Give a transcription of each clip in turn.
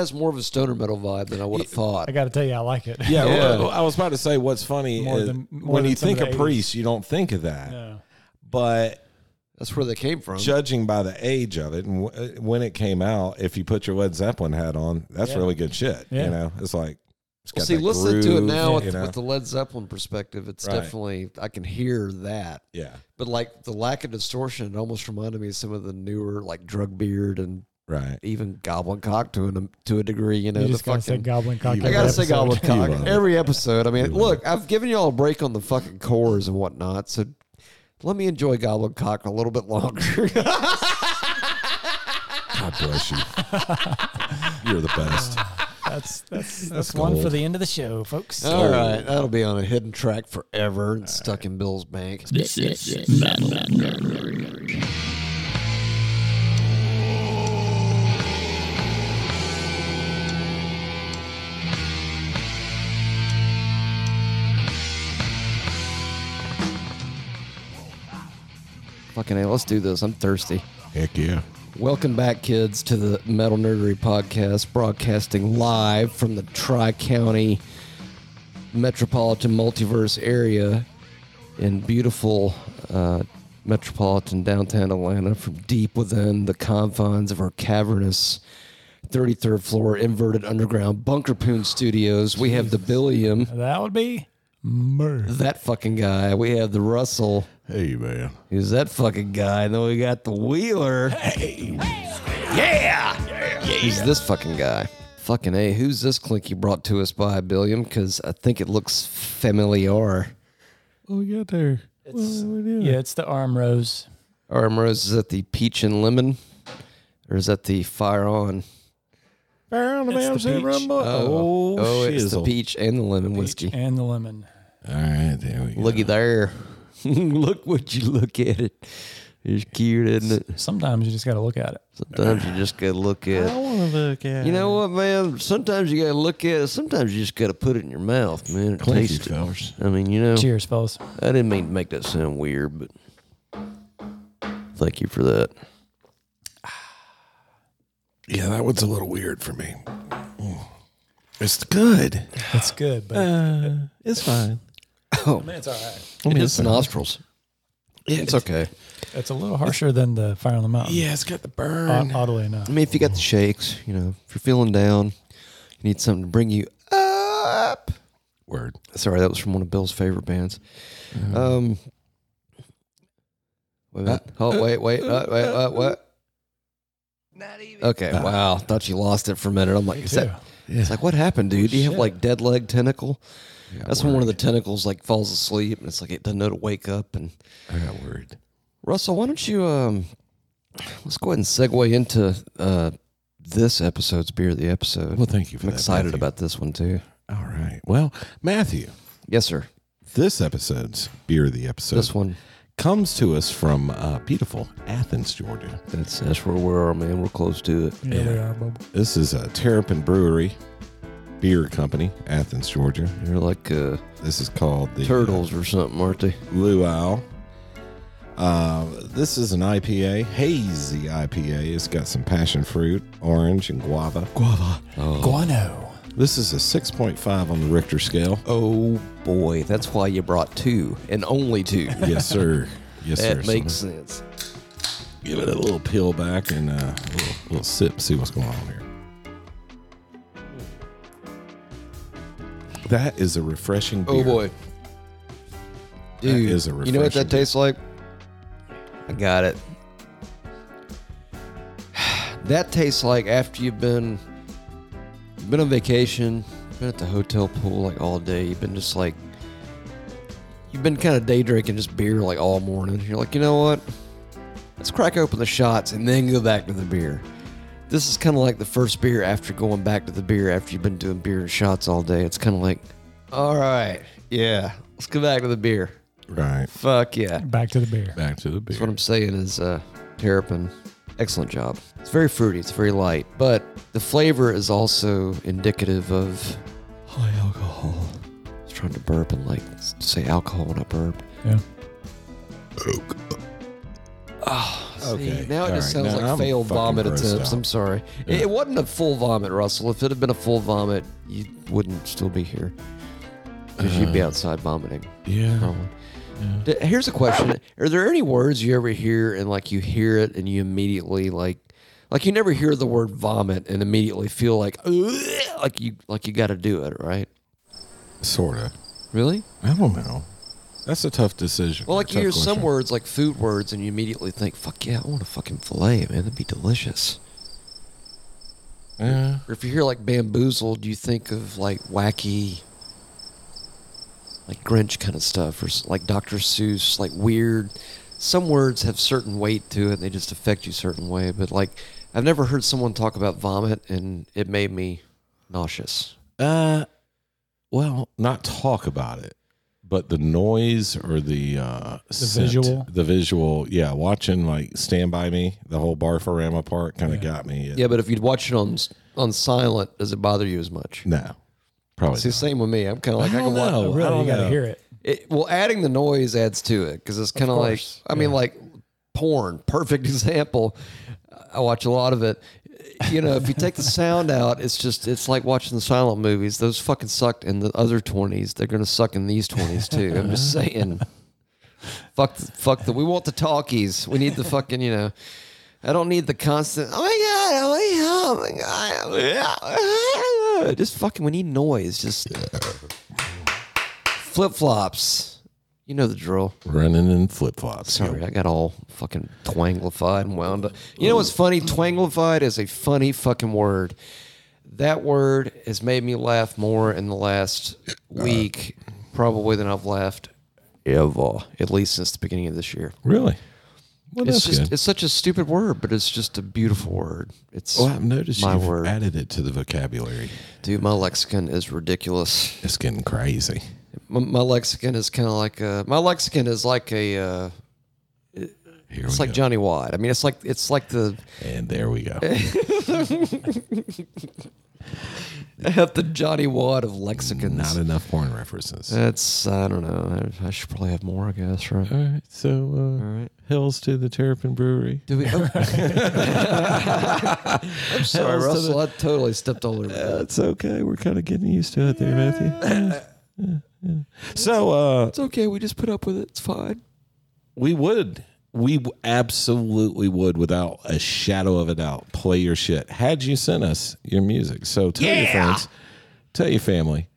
has more of a stoner metal vibe than I would have thought. I got to tell you, I like it. Yeah, Yeah. well, I was about to say what's funny More is than- more when than you some of think the of 80s. priests, you don't think of that. No. But That's where they came from. judging by the age of it and w- uh, when it came out, if you put your Led Zeppelin hat on, that's Yeah. really good shit. Yeah. You know, it's like it's got See, that listening to it groove, now you with, know? with the Led Zeppelin perspective, it's Right. definitely I can hear that. yeah, But like the lack of distortion, it almost reminded me of some of the newer like drug beard and right. even goblin cock to an, to a degree. You know, You the just gotta say fucking goblin cock. You I every gotta say episode. goblin cock You love it. every episode. I mean, look, I've given y'all a break on the fucking cores and whatnot, so let me enjoy goblin cock a little bit longer. God bless you. You're the best. That's that's that's one for gold. the end of the show, folks. All right, that'll be on a hidden track forever and stuck in Bill's bank. This is Metal Nerd. Fucking hey, let's do this. I'm thirsty. Heck yeah. Welcome back, kids, to the Metal Nerdery Podcast, broadcasting live from the Tri County Metropolitan Multiverse area in beautiful uh, metropolitan downtown Atlanta from deep within the confines of our cavernous 33rd floor inverted underground Bunker Poon Studios. We have the Billiam, That would be murder. that fucking guy. We have the Russell. Hey man. Who's that fucking guy? And then we got the Wheeler. Hey. Yeah. Who's this fucking guy? Fucking A. Who's this clink you brought to us by Billiam? Because I think it looks familiar. Well, we got there. Hmm. Yeah, it's the arm rose. Arm Rose, is that the peach and lemon? Or is that the fire on? It's the peach. Oh, oh it's the shizzle. peach and the lemon whiskey. and the lemon. All right, there we go. Looky there. look what you look at it. It's cute, isn't it? Sometimes you just got to look at it. Sometimes you just gotta look at it. want to look at You know what, man? Sometimes you gotta look at it. Sometimes you just gotta put it in your mouth, man. and Thank you, Taste it. fellas. I mean, you know, Cheers, fellas. I didn't mean to make that sound weird, but thank you for that. Yeah, that one's a little weird for me. Mm. It's good. It's good, but Uh, It's fine. I mean, it's all right. It hits the nostrils. It's okay. It's a little harsher than the fire on the mountain. Yeah, it's got the Uh, burn. oddly enough. I mean, if you got the shakes, you know, if you're feeling down, you need something to bring you up. Word. Sorry, that was from one of Bill's favorite bands. Um, wait, a minute. oh, wait, wait, uh, wait, uh, what? Not even. Okay, wow. Thought you lost it for a minute. I'm like, is that? It's like, what happened, dude? Do you have like dead leg tentacle? That's when one of the tentacles like falls asleep, and it's like it doesn't know to wake up. And I got worried. Russell, why don't you um, let's go ahead and segue into uh this episode's beer of the episode. Well, thank you for I'm that, excited Matthew. about this one too. All right. Well, Matthew, Yes, sir. this episode's beer of the episode This one. comes to us from uh, beautiful Athens, Georgia. That's that's where we are, man. We're close to it. Yeah, they are. Bob. This is a Terrapin Brewery beer company, Athens, Georgia. They're like uh, This is called the turtles or something, aren't they? Luau. Uh, this is an IPA, hazy IPA. It's got some passion fruit, orange, and guava. Guava. Oh. Guano. This is a 6.5 on the Richter scale. Oh boy, that's why you brought two and only two. Yes, sir. Yes, sir. that So makes sense. give it a little peel back and uh, a little, little sip, see what's going on here. That is a refreshing beer. Oh boy, dude, is a you know what refreshing that tastes like? I got it. that tastes like after you've been you've been on vacation, been at the hotel pool like all day. You've been just like you've been kind of day drinking just beer like all morning. You're like, you know what? Let's crack open the shots and then go back to the beer. This is kind of like the first beer after going back to the beer after you've been doing beer and shots all day. It's kind of like, all right, yeah, let's go back to the beer. Right. Fuck yeah. Back to the beer. Back to the beer. That's what I'm saying is uh, Terrapin, excellent job. It's very fruity, it's very light, but the flavor is also indicative of high alcohol. I was trying to burp and like s- say alcohol when I burp. Yeah. Okay. Ah, now it all just right, sounds now like I'm failed fucking vomit grossed attempts. out. I'm sorry. It, it wasn't a full vomit, Russell. If it had been a full vomit, you wouldn't still be here. Because you'd Uh-huh. be outside vomiting. Yeah. Probably. D- Here's a question: Are there any words you ever hear and like you hear it and you immediately like, like you never hear the word vomit and immediately feel like, "Ugh," like you like you got to do it, right? Sort of. Really? I don't know. That's a tough decision. Well, or like a you tough hear question. some words like food words and you immediately think, "Fuck yeah, I want a fucking fillet, man. That'd be delicious." Yeah. Or if you hear like bamboozled, you think of like wacky, like Grinch kind of stuff, or s- like Dr. Seuss, like weird. Some words have certain weight to it; they just affect you a certain way. But like, I've never heard someone talk about vomit, and it made me nauseous. Uh, well, not talk about it, but the noise or the uh, the visual? the visual. Yeah, watching like Stand by Me, the whole Barfarama part kind of got me. It- Yeah, but if you'd watch it on s- on silent, does it bother you as much? no, probably. It's the not. same with me. I'm kind of like I, I can don't watch. know. Oh, I really? don't You got to know. hear it. It, well, adding the noise adds to it because it's kind of like course, I mean, like porn. Perfect example. I watch a lot of it. You know, if you take the sound out, it's just it's like watching the silent movies. Those fucking sucked in the other twenties. They're gonna suck in these twenties too. I'm just saying. Fuck, the, fuck the. We want the talkies. We need the fucking. You know, I don't need the constant. Oh my god! Oh my god! Oh my god! yeah." Just fucking. We need noise. Just flip flops. You know the drill. running in flip flops. Sorry, I got all fucking twanglified and wound up. You know what's funny? Twanglified is a funny fucking word. That word has made me laugh more in the last Uh. week, probably than I've laughed ever, at least since the beginning of this year. Really? Well, It's that's just good. it's such a stupid word, but it's just a beautiful word. It's well, I've noticed my you've word. added it to the vocabulary. dude, my lexicon is ridiculous. It's getting crazy. My, my lexicon is kind of like a my lexicon is like a uh, Here it's we like go. Johnny Wad. I mean, it's like it's like the and there we go. have the Johnny Wad of lexicons. Not enough porn references. That's I don't know. I, I should probably have more, I guess. Right? All right. So, uh, hills to the Terrapin Brewery. Do we? Oh. I'm sorry, Russell. I totally stepped all over. that. That's okay. We're kind of getting used to it there, Matthew. Yeah, yeah, yeah. So uh, It's okay. We just put up with it. It's fine. we would, we w- absolutely would, without a shadow of a doubt, play your shit had you sent us your music. So tell your friends, tell your family,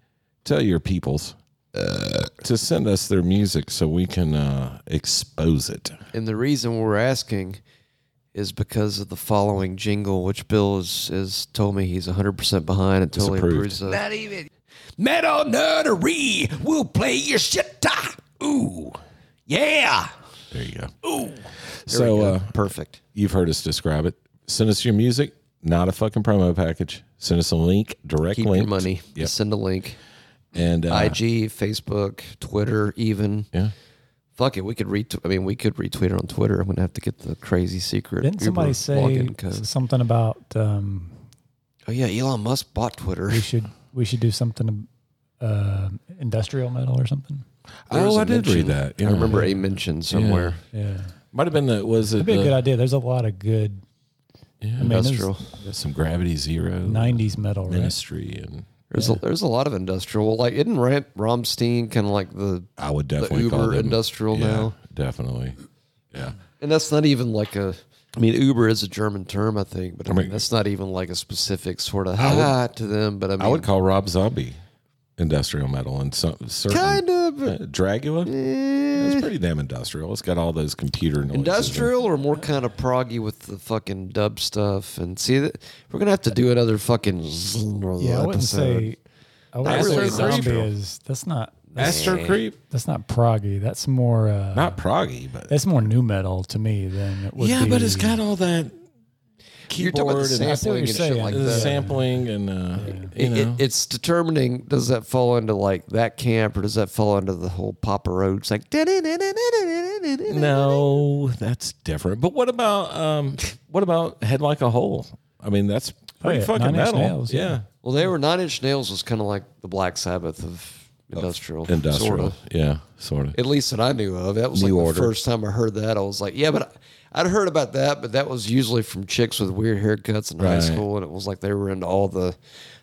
tell your peoples uh, to send us their music so we can uh, expose it. And the reason we're asking is because of the following jingle, which Bill is, is told me he's 100% behind and totally approved. approves of. Not even. Metal nerdery will play your shit. Ooh. Yeah. There you go. Ooh. So uh, Perfect. you've heard us describe it. Send us your music, not a fucking promo package. Send us a link, direct Keep link. your money. Yep. Send a link. And uh, IG, Facebook, Twitter, even. yeah. Fuck it, we could retweet. I mean, we could retweet it on Twitter. I'm gonna have to get the crazy secret. Didn't somebody Uber say login code. something about um, Oh yeah, Elon Musk bought Twitter. we should we should do something uh, industrial metal or something? There was oh, a I did read mention. that. I yeah. remember a mention somewhere. Yeah, Might have been the was it that'd be a good the, idea. There's a lot of good yeah, I mean, there's Industrial. some Gravity Zero '90s metal, right? Ministry and There's a, there's a lot of industrial. Well, like isn't Ram, Romstein kind of like the I would the definitely call Uber them industrial yeah, now? Definitely. Yeah. And that's not even like a. I mean, Uber is a German term, I think, but I I mean, mean- that's not even like a specific sort of ha to them. But I mean, I would call Rob Zombie industrial metal and some certain kind of eh. Uh, Dragula. It's pretty damn industrial. It's got all those computer noises. and- Industrial or more kind of proggy with the fucking dub stuff and see that we're gonna have to do another fucking Yeah, I wouldn't say. I wouldn't Astro say Creep. zombie is. That's not. That's, Astro Creep. that's not proggy. That's more. Uh, Not proggy, but that's more new metal to me than it would yeah, be. but it's got all that you're keyboard talking about the and sampling and shit you're saying. like the that. sampling and uh, you It- it- know. it's determining does that fall into like that camp or does that fall into the whole Papa Roach like no, that's different. But what about um, what about head like a hole? I mean, that's pretty yeah, fucking Nine Inch metal. Nails, yeah. yeah. Well, they were Nine Inch Nails was kind of like the Black Sabbath of industrial, Industrial. sort of. Yeah, sort of. At least that I knew of. That was New like the order. first time I heard that. I was like, yeah, but I, I'd heard about that, but that was usually from chicks with weird haircuts in high Right. school, and it was like they were into all the.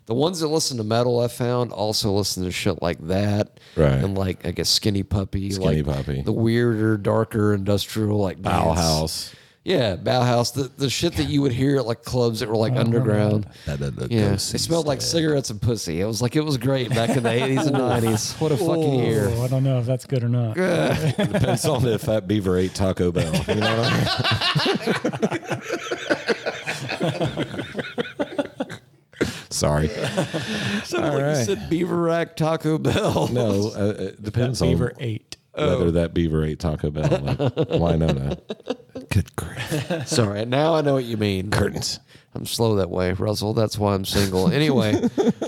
The ones that listen to metal, I found also listen to shit like that, Right. And like I guess Skinny Puppy, Skinny like Puppy. the weirder, darker industrial, like bands. Bauhaus. yeah, Bauhaus, the the shit that you would hear at like clubs that were like underground. Yeah, it smelled like cigarettes and pussy. It was like it was great back in the eighties and nineties. What a fucking year! Oh, I don't know if that's good or not. Depends on if that beaver ate Taco Bell. You know what I mean? Sorry. Sounded like right. you said Beaver Rack Taco Bell. No, uh, it depends on Beaver eight. oh. whether that beaver ate Taco Bell. Like, why no? No. Good grief. Sorry, now I know what you mean. Curtains. I'm slow that way, Russell. That's why I'm single. Anyway,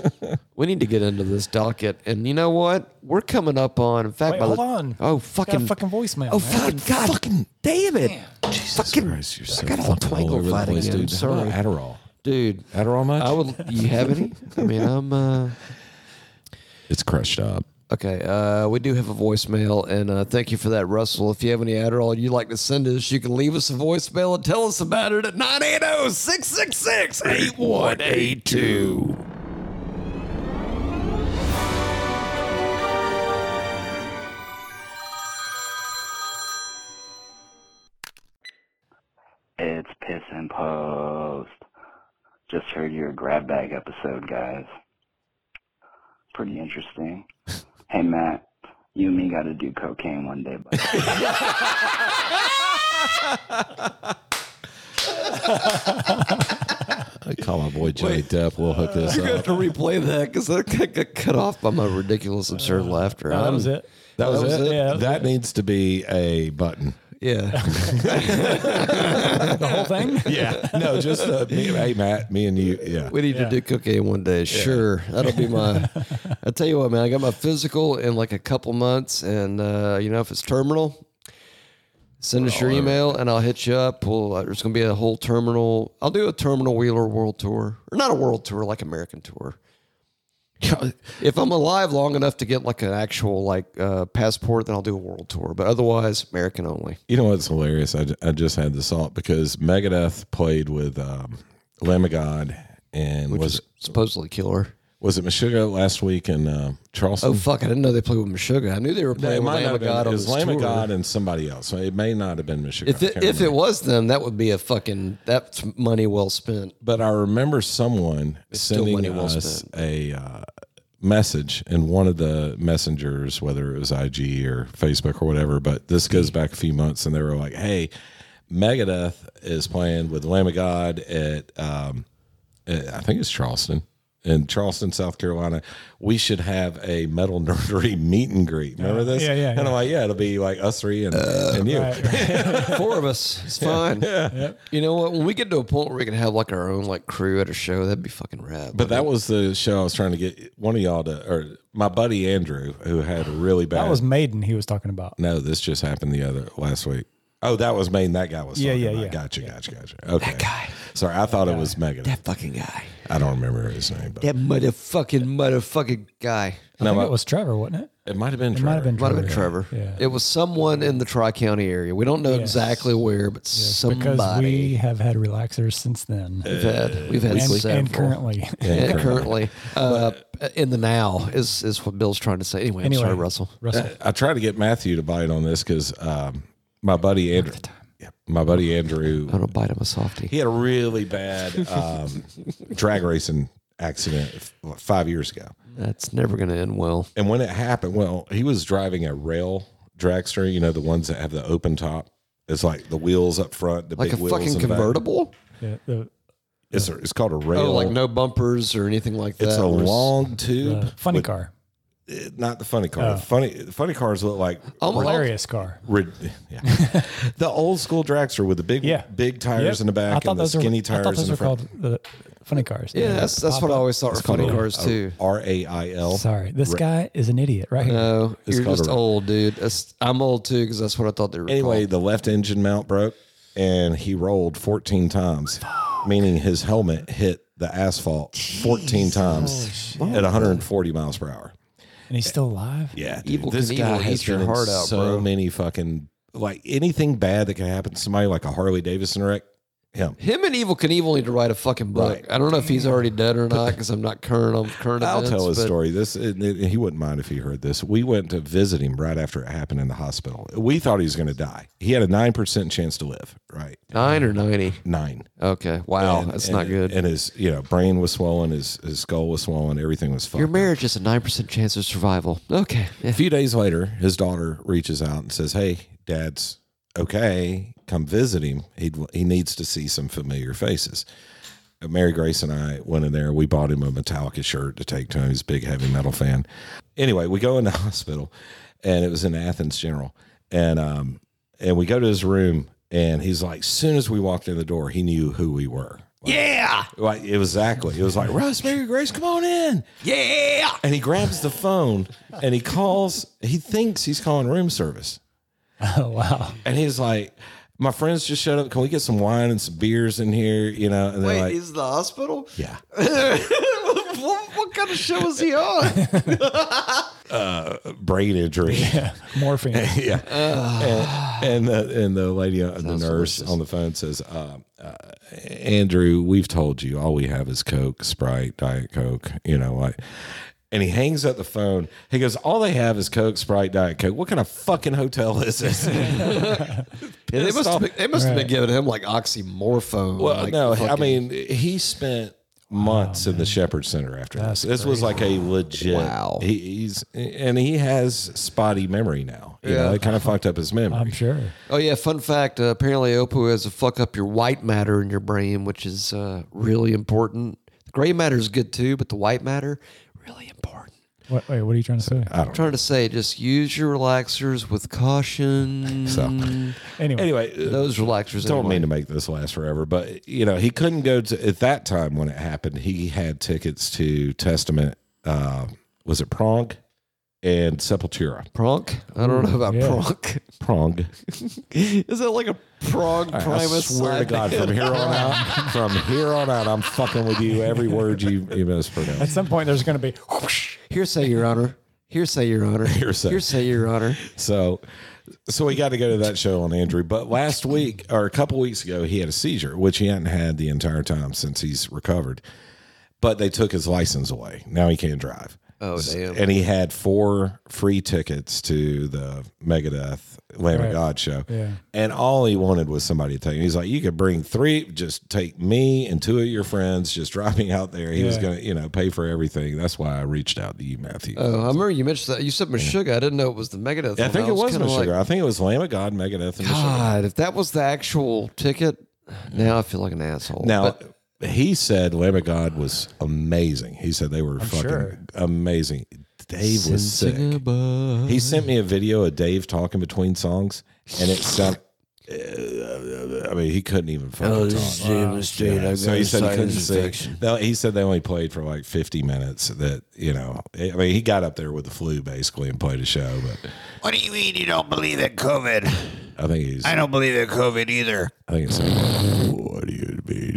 we need to get into this docket, and you know what? We're coming up on. In fact, Wait, by hold the, on. Oh Got a fucking fucking voicemail. Oh man. fuck, God, fucking damn it, fucking Christ, you're so I got all fucking all twangle over the fighting place, again. dude. Sorry. Adderall. dude. Adderall much? I would. You have any? I mean, I'm. uh It's crushed up. Okay, uh, we do have a voicemail, and uh, thank you for that, Russell. If you have any Adderall you'd like to send us, you can leave us a voicemail and tell us about it at oh, 980 666 8182. It's Piss and Post. Just heard your grab bag episode, guys. Pretty interesting. hey, Matt, you and me got to do cocaine one day, buddy. I call my boy Johnny Depp. We'll hook this You're going up. Uh-huh. to have to replay that because I got got cut off by my ridiculous, absurd laughter. No, Uh, that Um, I'm- was it. That was, it. Yeah, that that was needs to be a button. Yeah. The whole thing. Yeah. no, just uh, me, hey Matt, me and you. Yeah. We need Yeah. to do cocaine one day. Sure. That'll be my. I tell you what, man, I got my physical in like a couple months. And, uh, you know, if it's terminal, send us your Oh, email and I'll hit you up. We'll, uh, there's going to be a whole terminal. I'll do a terminal wheeler world tour, or not a world tour, like American tour. If I'm alive long enough to get like an actual like uh, passport, then I'll do a world tour. But otherwise, American only. You know what's hilarious? I, I just had this thought because Megadeth played with um, Lamb of God and was Supposedly killer. was it Meshuggah last week in uh, Charleston? Oh fuck! I didn't know they played with Meshuggah. I knew they were No, playing with Lamb have of been- God it on was this Lamb of tour. God and somebody else. It may not have been Meshuggah. If I it, can't if remember. it was them, that would be a fucking that's money well spent. but I remember someone still sending money well us a uh, message in one of the messengers, whether it was IG or Facebook or whatever. But this goes Mm. back a few months, and they were like, "Hey, Megadeth is playing with Lamb of God at, um, at I think it's Charleston." In Charleston, South Carolina, we should have a metal nerdery meet and greet. Remember this? Yeah, yeah, And yeah. I'm like, yeah, it'll be like us three and, and you. Right, right. Four of us, it's fine. You know what? When we get to a point where we can have like our own like crew at a show, that'd be fucking rad. But that was the show I was trying to get one of y'all to, or my buddy Andrew, who had a really bad. That was Maiden he was talking about. no, this just happened the other last week. Oh, that was Maine. That guy was. Yeah, talking yeah, about. yeah. Gotcha, gotcha, gotcha. Okay. That guy. Sorry, I thought it was Megan. that fucking guy, I don't remember his name, but that motherfucking motherfucking guy, I No, think but- it was Trevor, wasn't it? it might have been. It might have been might Trevor. have been Trevor. Oh, Yeah. It was someone in the Tri County area. We don't know exactly where, but Because we somebody. have had relaxers since Uh, then. We, have had we've had and, several. and currently. And currently, uh, in the now is is what Bill's trying to say. Anyway, anyway, I'm sorry, Russell. Russell. I tried to get Matthew to bite on this because um, my buddy Andrew, Yeah, my buddy Andrew, I'm gonna bite him a softie. he had a really bad um, drag racing accident f- five years ago. That's never gonna end well. And when it happened, well, he was driving a rail dragster, you know, the ones that have the open top. It's like the wheels up front, the Like big a wheels fucking in the back. convertible? Yeah, the, It's, a- it's called a rail. Oh, like no bumpers or anything like that. it's a Or s- long tube. the funny with- car. it- Not the funny Oh. car. Funny funny cars look like almost- Hilarious car. rid- yeah. the old school dragster with the big Yeah. big tires Yep. in the I back thought and the those were- skinny I tires thought those in the were front. called the funny cars. Yeah, that's that's what I always thought were funny cars too. R A I L. Sorry, this guy is an idiot right Uh, here. No, It's you're called just a- old, dude. That's- I'm old too because that's what I thought they were. Anyway, called. the left engine mount broke and he rolled 14 times, meaning his helmet hit the asphalt 14 times at 140 miles per hour. And he's still alive? Yeah, Evil this Knievel guy has eats your been in heart out, so bro. many fucking like anything bad that can happen to somebody like a Harley Davidson wreck. Him. Him and Evil Knievel need to write a fucking book. Right. I don't know if he's already dead or not because I'm not current on current I'll events. tell his but story. This it, it- he wouldn't mind if he heard this. We went to visit him right after it happened in the hospital. We thought he was going to die. He had a nine percent chance to live. Right, Nine or ninety. nine. Okay. Wow, And- that's and- not good. And his you know brain was swollen. His his skull was swollen. Everything was fucked. Your up. marriage is a nine percent chance of survival. Okay. A few days later, his daughter reaches out and says, "Hey, Dad's okay. Come visit him. He he needs to see some familiar faces." Uh, Mary Grace and I went in there. We bought him a Metallica shirt to take to him. He's a big heavy metal fan. Anyway, we go in the hospital, and it was in Athens General, and um, and we go to his room, and he's like, soon as we walked in the door, he knew who we were. Like, Yeah. like it was exactly. It was like, Russ, Mary Grace, come on in Yeah. and he grabs the phone and he calls. He thinks he's calling room service, Oh, wow. and he's like, "My friends just showed up. Can we get some wine and some beers in here?" You know, and they're like, the hospital? "Yeah." what, what kind of show is he on? Brain injury. Morphine. yeah. and, and the and the lady, uh, the Sounds nurse delicious. on the phone says, uh, uh, "Andrew, we've told you all we have is Coke, Sprite, Diet Coke. You know what?" And he hangs up the phone. He goes, "All they have is Coke, Sprite, Diet Coke. What kind of fucking hotel is this?" they must have been, they must have been Right. giving him like oxymorphone. Well, like, no, I fucking- Oh, mean he spent months in the Shepherd Center after this. This was like a legit. Wow. He, he's and he has spotty memory now. You know, Yeah. it kind of fucked up his memory. I'm sure. Oh yeah, fun fact. Uh, apparently, Oppo has to fuck up your white matter in your brain, which is uh, really important. The gray matter is good too, but the white matter really important. What, wait, what are you trying to say? Uh, I'm trying to say, just use your relaxers with caution. So- Anyway, Anyway, uh, Those relaxers don't anyway. mean to make this last forever, but you know he couldn't go to at that time when it happened. He had tickets to Testament. Uh, was it Prong and Sepultura? Pronk? I don't know about yeah. pronk. Prong. Is that like a prong I primus? swear side to God, from here on out, from here on out, I'm fucking with you. Every word you you mispronounce. at some point there's going to be. Hearsay, Your Honor. Hearsay, Your Honor. Hearsay. Hearsay, Your Honor. So, so we got to go to that show on Andrew. But last week or a couple weeks ago, he had a seizure, which he hadn't had the entire time since he's recovered. But they took his license away. Now he can't drive. Oh, damn. And he had four free tickets to the Megadeth Lamb of Right. God show. Yeah. And all he wanted was somebody to take him. He's like, you could bring three, just take me and two of your friends, just drive me out there. He was Yeah. going to, you know, pay for everything. That's why I reached out to you, Matthew. Oh, I remember you mentioned that. You said Meshuggah. I didn't know it was the Megadeth. I think it was kinda Meshuggah. like, I think it was Lamb of God, Megadeth, and Meshuggah. God, if that was the actual ticket, now I feel like an asshole. Now But he said Lamb of God was amazing. He said they were fucking sure. amazing. Dave was sick. Sensing a buzz. He sent me a video of Dave talking between songs, and it sounded. I mean, he couldn't even fucking Oh, talk. this is Jim Steen. I So got he a said he couldn't sinus sing. infection. No, he said they only played for like 50 minutes. That you know, I mean, he got up there with the flu basically and played a show. But What do you mean you don't believe in COVID? I think he's. I don't believe in COVID either. I think it's. Like, what do you mean?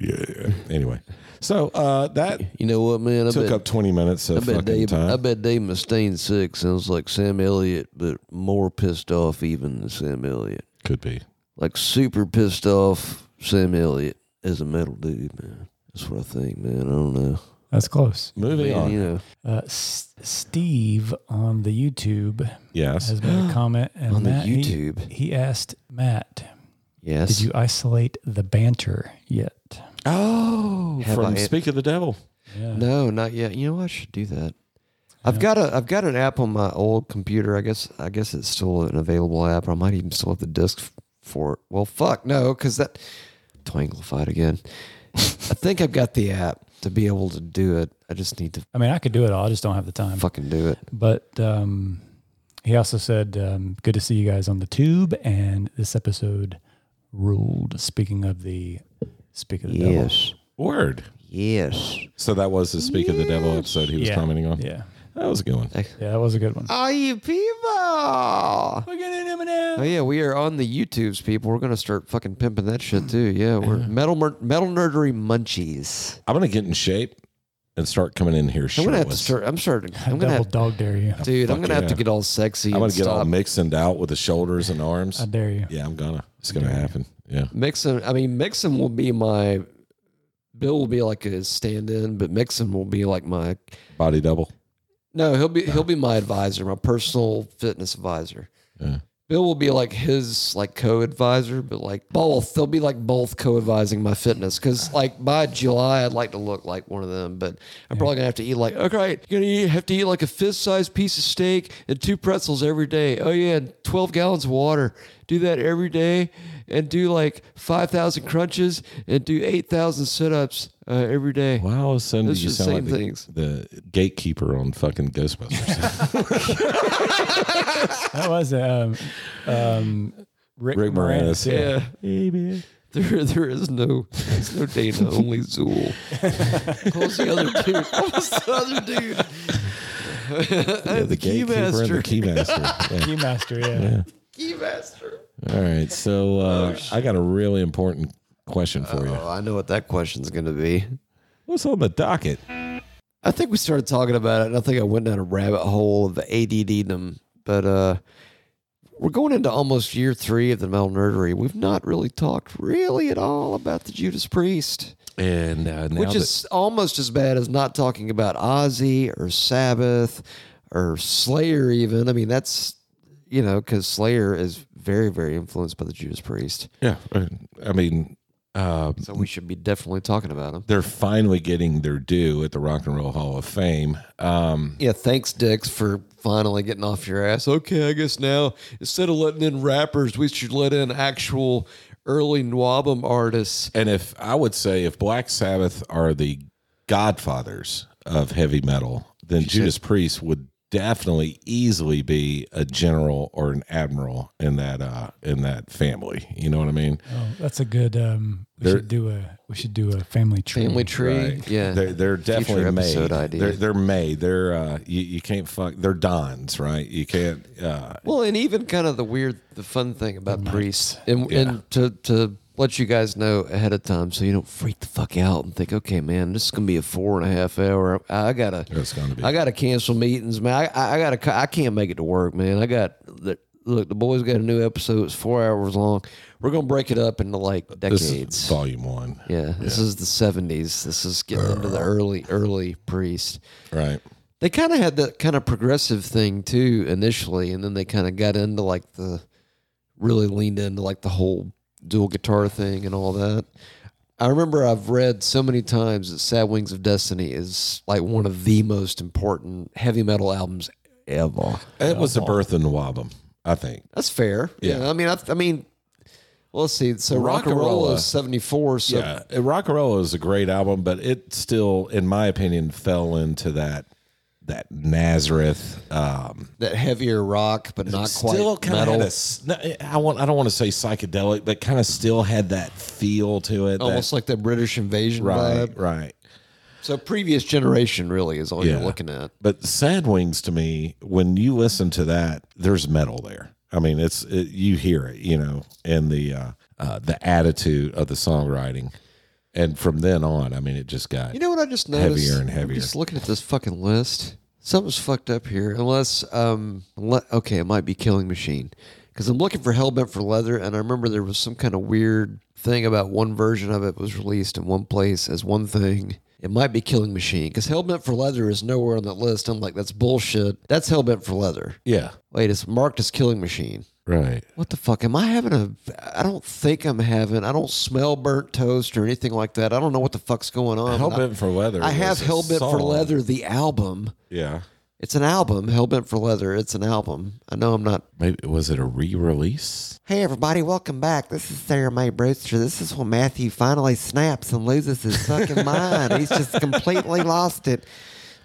Anyway, so uh, that You know what, man? I took bet, up 20 minutes I of bet fucking Dave. time. I bet Dave Mustaine sick sounds like Sam Elliott, but more pissed off even than Sam Elliott. Could be. like super pissed off Sam Elliott as a metal dude, man. That's what I think, man. I don't know. That's close. Moving Man, on. you know, Uh, S- Steve on the YouTube Yes. has made a comment. And On the Matt, he- YouTube. He, asked Matt, yes. did you isolate the banter yet? Oh, Have from I- Speak of the Devil. Yeah. No, not yet. You know, what? I should do that. I've got a I've got an app on my old computer. I guess I guess it's still an available app. I might even still have the disk f- for it. Well, fuck no, because that twanglified again. I think I've got the app to be able to do it. I just need to I mean, I could do it all. I just don't have the time. fucking do it. But um, he also said, um, good to see you guys on the tube. And this episode ruled. Speaking of the Speak of the Devil. Yes, Word. yes. So that was the Speak of the Devil episode he was Yeah. commenting on. Yeah. That was a good one. Yeah, that was a good one. Are you people? We're getting Eminem. Oh yeah, we are on the YouTubes, people. We're gonna start fucking pimping that shit too. Yeah, we're metal mer- metal nerdery munchies. I'm going to get in shape and start coming in here I'm gonna have to shirtless. start. I'm starting. I'm gonna Double have, dog dare you. dude. I'm Fuck gonna have yeah. to get all sexy. I'm and gonna get all stop mixed and out with the shoulders and arms. I dare you. yeah, I'm gonna. It's gonna happen. Yeah. Mixon. I mean, Mixon will be my. Bill will be like a stand-in, but Mixon will be like my. Body double. No, he'll be he'll be my advisor, my personal fitness advisor. Yeah. Bill will be like his like co-advisor, but like both they'll be like both co-advising my fitness because like by July I'd like to look like one of them, but I'm probably gonna have to eat like okay, you're gonna eat, have to eat like a fist-sized piece of steak and two pretzels every day. Oh yeah, and 12 gallons of water. Do that every day and do like 5,000 crunches and do 8,000 sit-ups uh, every day. Wow, Cindy, Those you are the sound like same the, things. the gatekeeper on fucking Ghostbusters. That was um, um, Rick, Rick Moranis. Yeah. There, there is no, there's no Dana, only Zool. what was the other dude? What was the other dude? Yeah, the gatekeeper and the Keymaster. keymaster. Yeah. Key master. Yeah. Keymaster. All right, so uh, I got a really important question for you. Oh, I know what that question's going to be. What's on the docket? I think we started talking about it, and I think I went down a rabbit hole of the ADDdom. But uh, we're going into almost year three of the malnerdery. We've not really talked really at all about the Judas Priest. And uh, now which that- is almost as bad as not talking about Ozzy or Sabbath or Slayer. Even I mean, that's you know because Slayer is very very influenced by the Judas Priest, yeah, uh, I mean, uh, so we should be definitely talking about them. they're finally getting their due at the Rock and Roll Hall of Fame. Um, Yeah, thanks, Dix, for finally getting off your ass. Okay, I guess now instead of letting in rappers, we should let in actual early Nwabum artists. and if I would say if Black Sabbath are the godfathers of heavy metal, then Judas Priest would definitely easily be a general or an admiral in that uh, in that family. You know what I mean? Oh, that's a good. Um, we There- should do a. We should do a family tree. Family tree, Right. yeah. They're, they're definitely episode made. idea. They're, they're made. They're uh, you, you can't fuck. They're dons, right? You can't. Uh, Well, and even kind of the weird, the fun thing about priests, and, and to to let you guys know ahead of time, so you don't freak the fuck out and think, okay, man, this is gonna be a four and a half hour. I, I gotta, It's gonna be. I gotta cancel meetings, man. I, I, I gotta, ca- I can't make it to work, man. I got the look. The boys got a new episode. It's four hours long. We're gonna break it up into like this decades. is volume one, yeah, this is the seventies. This is getting into Uh. the early, early priest right? they kind of had that kind of progressive thing too initially and then they kind of got into like the really leaned into like the whole dual guitar thing and all that i remember i've read so many times that sad wings of destiny is like one of the most important heavy metal albums ever It was the birth of Nwabum, I think. that's fair yeah, Yeah. i mean i, I mean well, let's see so rock, and roll Rock'n'Rolla. is 74 so Yeah, and Rock and Roll is a great album, but it still, in my opinion, fell into that that Nazareth. Um, that heavier rock but not quite still kind of metal had a s- no, I want. I don't want to say psychedelic, but kind of still had that feel to it. that- almost like the british invasion right, vibe right. So previous generation really is all you're Yeah. looking at. But Sad Wings to me, when you listen to that, there's metal there. I mean, it's it, you hear it, you know, and the uh, uh, the attitude of the songwriting, and from then on, I mean, it just got You know what I just noticed? Heavier and I'm heavier. just looking at this fucking list. Something's fucked up here. Unless, um, le- okay, it might be Killing Machine because I'm looking for Hellbent for Leather, and I remember there was some kind of weird thing about one version of it was released in one place as one thing. It might be Killing Machine because Hellbent for Leather is nowhere on that list. I'm like, that's bullshit. That's Hellbent for Leather. yeah, Wait, it's marked as Killing Machine. right. What the fuck? Am I having a. I don't think I'm having. I don't smell burnt toast or anything like that. I don't know what the fuck's going on. Hellbent for Leather. I, I have was a Hellbent for song. Leather, the album. Yeah, It's an album. Hellbent for Leather. It's an album. I know I'm not. maybe was it a re-release? Hey, everybody, welcome back. This is Sarah Mae Brewster. This is when Matthew finally snaps and loses his fucking mind. He's just completely lost it.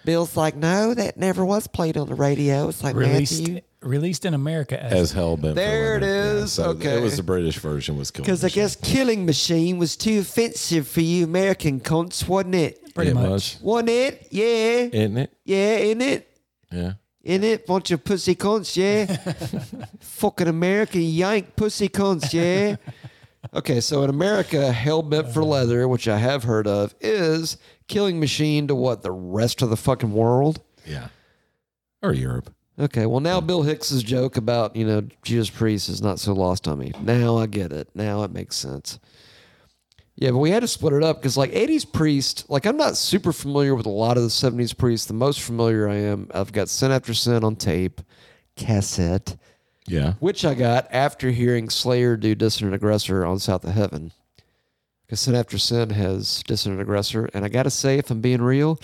Bill's like, no, that never was played on the radio. It's like, Released Matthew. released in America as, As Hellbent. There for it Leather. Yeah, is. so Okay. it was the British version was Killing. Because I Machine. guess Killing Machine was too offensive for you American cunts, wasn't it? pretty it much. was, Wasn't it? Yeah. isn't it? Yeah, in it. Yeah. In it, bunch of pussy cunts, yeah. Fucking American yank pussy cunts, yeah. Okay, so in America, Hell Bent for Leather, which I have heard of, is Killing Machine to what, the rest of the fucking world? Yeah. Or Europe. Okay, well, now Bill Hicks's joke about, you know, Jesus Priest is not so lost on me. Now I get it. Now it makes sense. Yeah, but we had to split it up because, like, 80s Priest, like, I'm not super familiar with a lot of the 70s Priest. The most familiar I am, I've got Sin After Sin on tape, cassette, Yeah. which I got after hearing Slayer do Dissident Aggressor on South of Heaven. Because Sin After Sin has Dissident Aggressor. And I got to say, if I'm being real,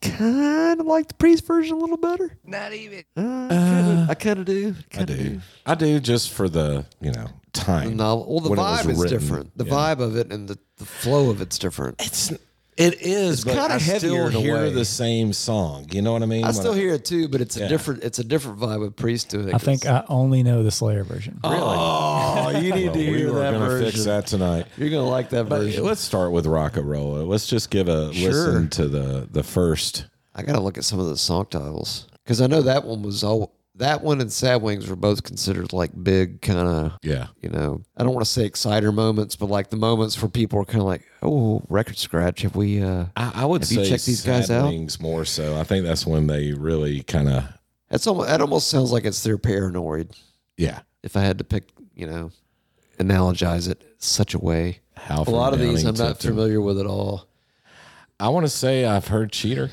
kind of like the Priest version a little better. Not even. I kind of do. Uh, I Kinda do. I do just for the, you know, The time. novel. Well, the When it was vibe is written, different. The yeah. vibe of it and the, the flow of it's different. It's it is, but kinda I heavier still in a hear way. the same song. You know what I mean? I When still hear it too, but it's a Yeah. uh, different. It's a different vibe of Priest doing it. I think 'cause I only know the Slayer version. Oh, you need to hear we were that gonna version. fix that tonight. you're gonna like that But version. let's start with rock and roll. Let's just give a Sure. listen to the the first. I gotta look at some of the song titles because I know that one was all. That one and Sad Wings were both considered like big kind of. Yeah. You know, I don't want to say exciter moments, but like the moments where people are kind of like, "Oh, record scratch, have we?" uh I, I would Have say you checked these guys Sad out? Wings more so. I think that's when they really kind of That's almost that almost sounds like it's their paranoid. yeah. If I had to pick, you know, analogize it such a way. How A lot of these I'm not familiar with at all. I want to say I've heard Cheater.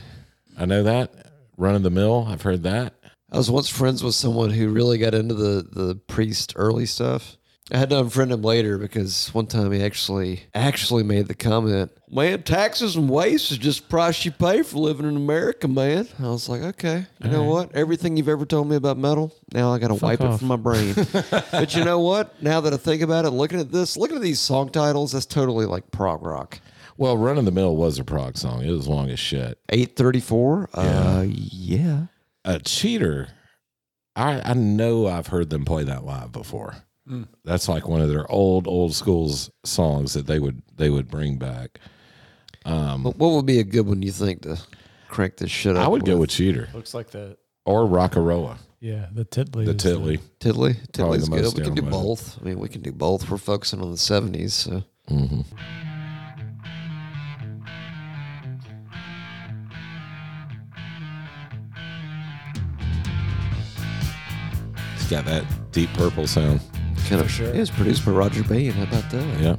I know that Run of the Mill. I've heard that. I was once friends with someone who really got into the the priest early stuff. I had to unfriend him later because one time he actually actually made the comment, "Man, taxes and waste is just the price you pay for living in America, man." I was like, "Okay, you know what? Everything you've ever told me about metal, now I got to wipe it from my brain." but you know what? Now that I think about it, looking at this, looking at these song titles, that's totally like prog rock. Well, Run of the Mill was a prog song. It was long as shit. Eight thirty four. Uh, yeah. A Cheater. I I know I've heard them play that live before. That's like one of their old old schools songs that they would they would bring back. Um, What what would be a good one you think to crank this shit up? I would go with Cheater Looks like the or Rockarolla, yeah the Titley. the is the- Titley. Tiddly. Probably Tiddly's the good. most We can down do with it. both. I mean, we can do both. We're focusing on the 70s. So. hmm It's got that deep purple sound. Kind of, It was produced by Roger Bain. How about that? Yeah.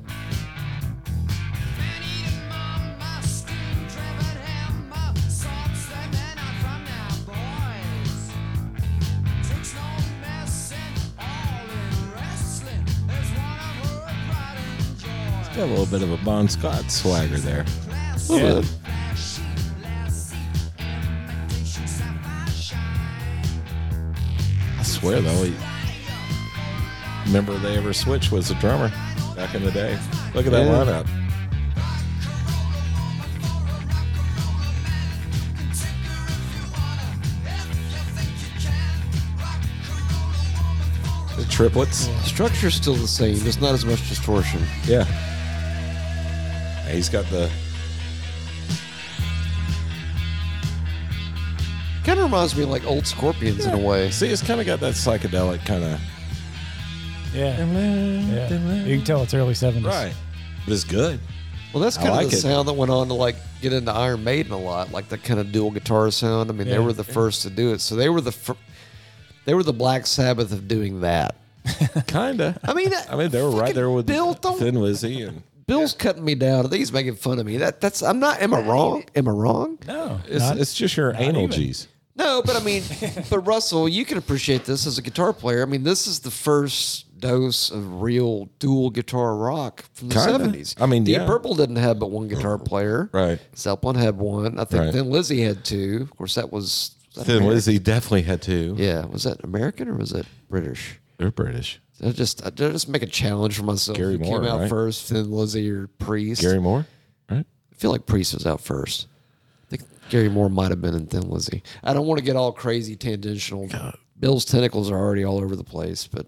Got a little bit of a Bon Scott swagger there. Yeah. I swear though, he, remember they ever switched was a drummer back in the day. Look at that Yeah. lineup. The triplets. Structure's still the same. It's not as much distortion. Yeah. He's got the Kind of reminds me of like old Scorpions in a way. see. It's kind of got that psychedelic kind of Yeah. yeah. You can tell it's early seventies. But it's good. Well, that's I kind of like the it. sound that went on to like get into Iron Maiden a lot, like that kind of dual guitar sound. I mean, they Yeah. were the first to do it. So they were the fir- they were the Black Sabbath of doing that. Kinda. I mean, I mean, they were right there with Bill, don't- Thin Lizzy and Bill's cutting me down. He's making fun of me. That that's I'm not. Am I wrong? Am I wrong? No, it's, not- it's just your anal G's. No, but I mean, but Russell, you can appreciate this as a guitar player. I mean, this is the first dose of real dual guitar rock from the Kinda. seventies. I mean, Deep yeah. Purple didn't have but one guitar player. Right. Zeppelin had one. I think Right. then Lizzie had two. Of course, that was. was that Thin Ameri- Lizzy definitely had to. Yeah, was that American or was that British? They're British. I just, I did I just make a challenge for myself. Gary Who Moore, came out right? first, then Lizzie or Priest. Gary Moore, right? I feel like Priest was out first. I think Gary Moore might have been in Thin Lizzy. I don't want to get all crazy tangential. Bill's tentacles are already all over the place, but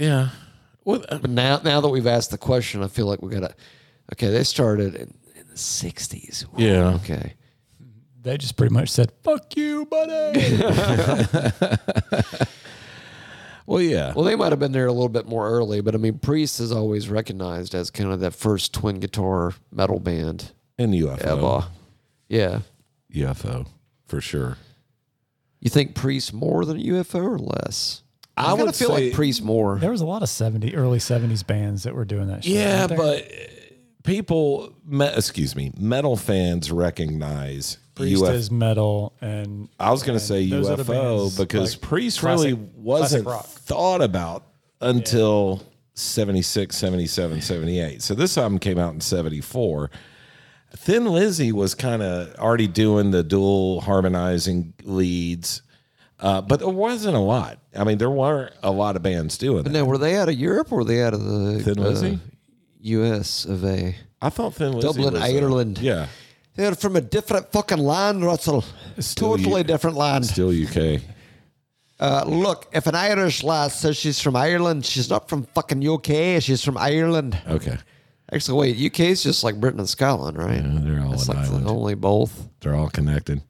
Yeah. Well, uh, but now now that we've asked the question, I feel like we gotta. Okay, they started in, in the '60s. Whoa, Yeah. Okay. they just pretty much said "fuck you, buddy." Well, yeah. Well, they might have been there a little bit more early, but I mean, Priest is always recognized as kind of that first twin guitar metal band And UFO. ever. Yeah. UFO, for sure. You think Priest more than UFO or less? I kinda would feel say- like Priest more. There was a lot of 70, early 70s bands that were doing that shit. Yeah, weren't there? but uh, people, me, excuse me, metal fans recognize Priest UFO. is metal and I was going to say those are the UFO bands, because like, Priest classic- really wasn't classic rock. thought about until 76, 77, 78. So this album came out in 74. Thin Lizzy was kind of already doing the dual harmonizing leads, uh, but there wasn't a lot. I mean, there weren't a lot of bands doing that. Now, were they out of Europe or were they out of the Thin Lizzy? U.S. of A? I thought Thin Lizzy uh, Dublin, was, uh, Ireland. yeah. They're from a different fucking land, Russell. Still totally you- different land. Still UK. Uh, look, if an Irish lass says she's from Ireland, she's not from fucking UK. She's from Ireland. Okay. Actually, wait, UK is just like Britain and Scotland, right? Yeah, they're all It's an like island. the only both. They're all connected,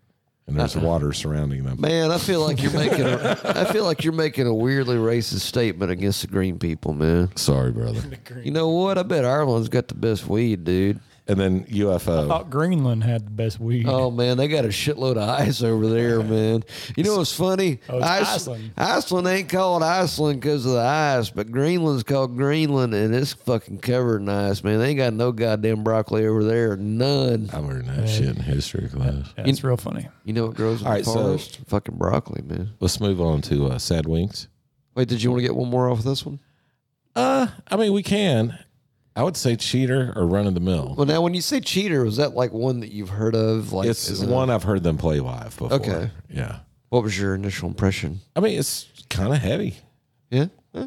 and there's Uh-huh. water surrounding them. Man, I feel like you're making. A, I feel like you're making a weirdly racist statement against the green people, man. Sorry, brother. You know what? I bet Ireland's got the best weed, dude. And then UFO. thought Greenland had the best weed. Oh man, they got a shitload of ice over there, man. You know what's funny? Oh, it's Ice- Iceland. Iceland ain't called Iceland because of the ice, but Greenland's called Greenland, and it's fucking covered in ice, man. They ain't got no goddamn broccoli over there, none. I learned that shit in history class. Yeah, it's real funny. You know what grows in All the right, so- forest? fucking broccoli, man. Let's move on to uh, Sad Wings. Wait, did you want to get one more off this one? Uh, I mean, we can. I would say Cheater or Run of the Mill. Well, now when you say cheater, was that like one that you've heard of? Like, It's is it- one I've heard them play live before. uh, Okay. Yeah. What was your initial impression? I mean, it's kind of heavy. Yeah. Eh.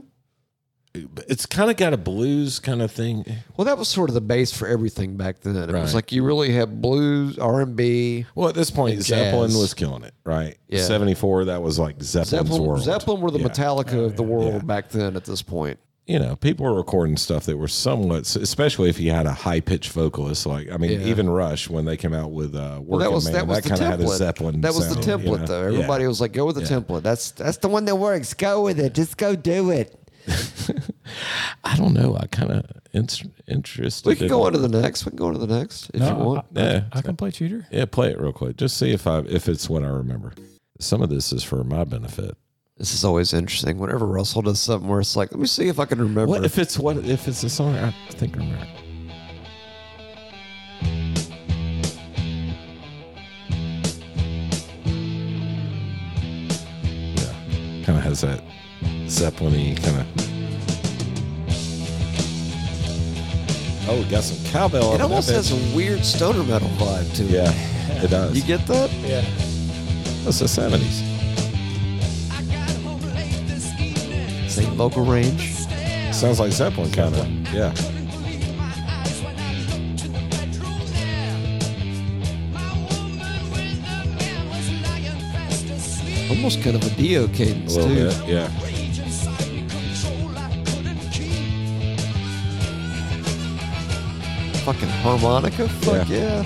It's kind of got a blues kind of thing. Well, that was sort of the base for everything back then. It Right. was like you really had blues, R and B. Well, at this point, And Zeppelin jazz. was killing it, right? Yeah. 74, that was like Zeppelin's Zeppelin, world. Zeppelin were the Yeah. Metallica of the world Yeah. back then. At this point, you know, people were recording stuff that were somewhat, especially if you had a high pitched vocalist. Like, I mean, Yeah. even Rush when they came out with uh, Working well, that was Man, that was the kind of had a template. Zeppelin. that was the sound, template, you know? though. Everybody Yeah. was like, "Go with the Yeah. template. That's that's the one that works. Go with it. Just go do it." I don't know. I kind of in- interested. We can in- go on to the next. We can go on to the next if you want. I, I- Yeah. I can play cheater. Yeah, play it real quick. Just see if I if it's what I remember. Some of this is for my benefit. This is always interesting. Whenever Russell does something where it's like, "Let me see if I can remember." What if it's what if it's a song I think I remember? Yeah, kind of has that Zeppelin kind of. Oh, we got some cowbell. it on almost that has bitch. a weird stoner metal vibe to it. Yeah, it does. You get that? Yeah. That's the seventies. Same vocal range. Sounds like Zeppelin kind of. Yeah. Almost kind of a Dio A cadence little too. bit. Yeah. Fucking harmonica. Fuck yeah.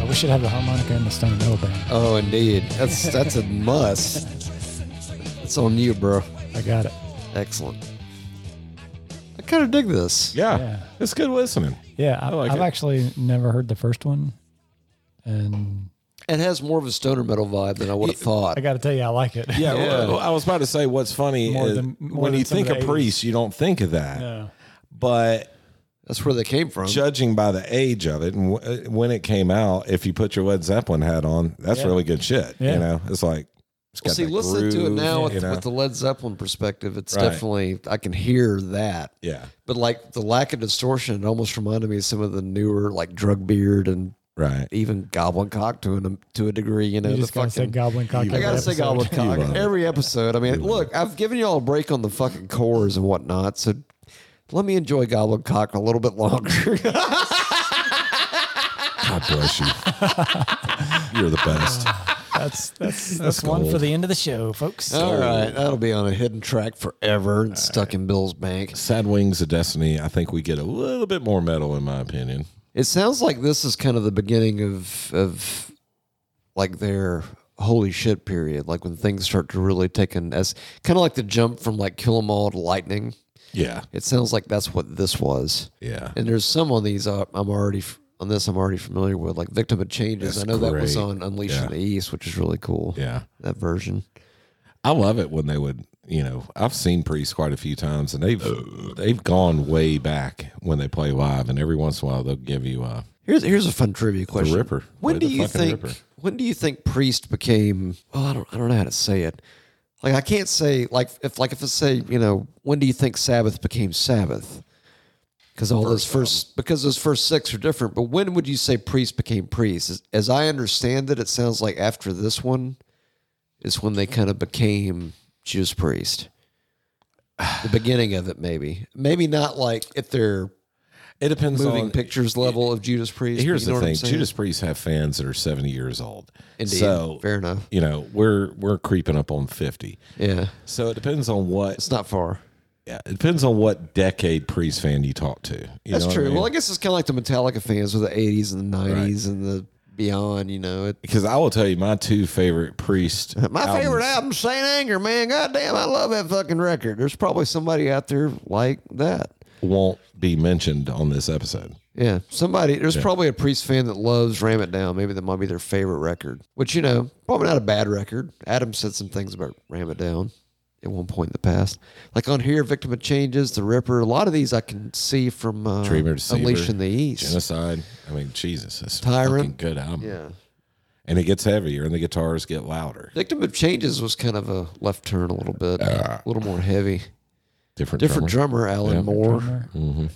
Oh, we should have the harmonica and the Stone Hill band. Oh, indeed. That's that's a must. It's on you, bro. I got it. Excellent. I kind of dig this. Yeah. Yeah. It's good listening. Yeah, I, like I've it. actually never heard the first one, and It has more of a stoner metal vibe than I would have thought. I got to tell you, I like it. Yeah, Well, well, I was about to say what's funny More is than- more when than you some of think the of 80s. Priest, you don't think of that. No. But That's where they came from. judging by the age of it and w- when it came out, if you put your Led Zeppelin hat on, that's Yeah. really good shit. Yeah. You know, it's like it's got Well, see, that listen to it groove, now you with, know? with the Led Zeppelin perspective. It's Right. definitely I can hear that. yeah, But like the lack of distortion, it almost reminded me of some of the newer like Drug Beard and right. even Goblin Cock to an, to a degree. You know, You the just gotta say fucking- Goblin Cock. I every gotta say episode. Goblin You Cock love it. every episode. I mean, look, I've given y'all a break on the fucking cores and whatnot, so let me enjoy Goblin Cock a little bit longer. God bless you. You're the best. That's that's that's, one gold. for the end of the show, folks. All right, that'll be on a hidden track forever and stuck in Bill's bank. Sad Wings of Destiny. I think we get a little bit more metal, in my opinion. It sounds like this is kind of the beginning of of like their holy shit period. Like when things start to really take an as kind of like the jump from like kill 'em all to lightning. Yeah. It sounds like that's what this was. Yeah. And there's some on these uh, I'm already f- on this I'm already familiar with, like Victim of Changes. That's I know that was great. on Unleashing Yeah. the East, which is really cool. Yeah. that version. I love it when they would, you know, I've seen Priest quite a few times and they've they've gone way back when they play live and every once in a while they'll give you uh, a Here's here's a fun trivia question. Ripper. When do Play the you fucking think? Ripper. When do you think Priest became? Well, I don't I don't know how to say it. Like I can't say like if like if I say you know when do you think Sabbath became Sabbath? Because all those first because those first six are different. But when would you say Priest became Priest? As, as I understand it, it sounds like after this one is when they kind of became Judas Priest. The beginning of it, maybe, maybe not like if they're It depends moving on pictures level of Judas Priest. but Here's you know the what I'm thing: saying? Judas Priest have fans that are seventy years old. Indeed. So Fair enough. you know we're we're creeping up on fifty. Yeah. So it depends on what It's not far. yeah, it depends on what decade Priest fan you talk to. You That's know what I true. mean? Well, I guess it's kind of like the Metallica fans with the 80s and the 90s and the beyond, you know. It, because I will tell you my two favorite Priest. my favorite album, Saint Anger, man. God damn, I love that fucking record. There's probably somebody out there like that. won't be mentioned on this episode. Yeah. Somebody, there's probably a Priest fan that loves Ram It Down. Maybe that might be their favorite record, which, you know, probably not a bad record. Adam said some things about Ram It Down at one point in the past. Like on here, Victim of Changes, The Ripper, a lot of these I can see from uh, Dreamer, Deceiver, Unleashing the East. Genocide. I mean, Jesus, that's a Tyrant. fucking good album. Yeah. and it gets heavier, and the guitars get louder. Victim of Changes was kind of a left turn a little bit, a little more heavy. Different, Different drummer. Ah. drummer, Alan Moore.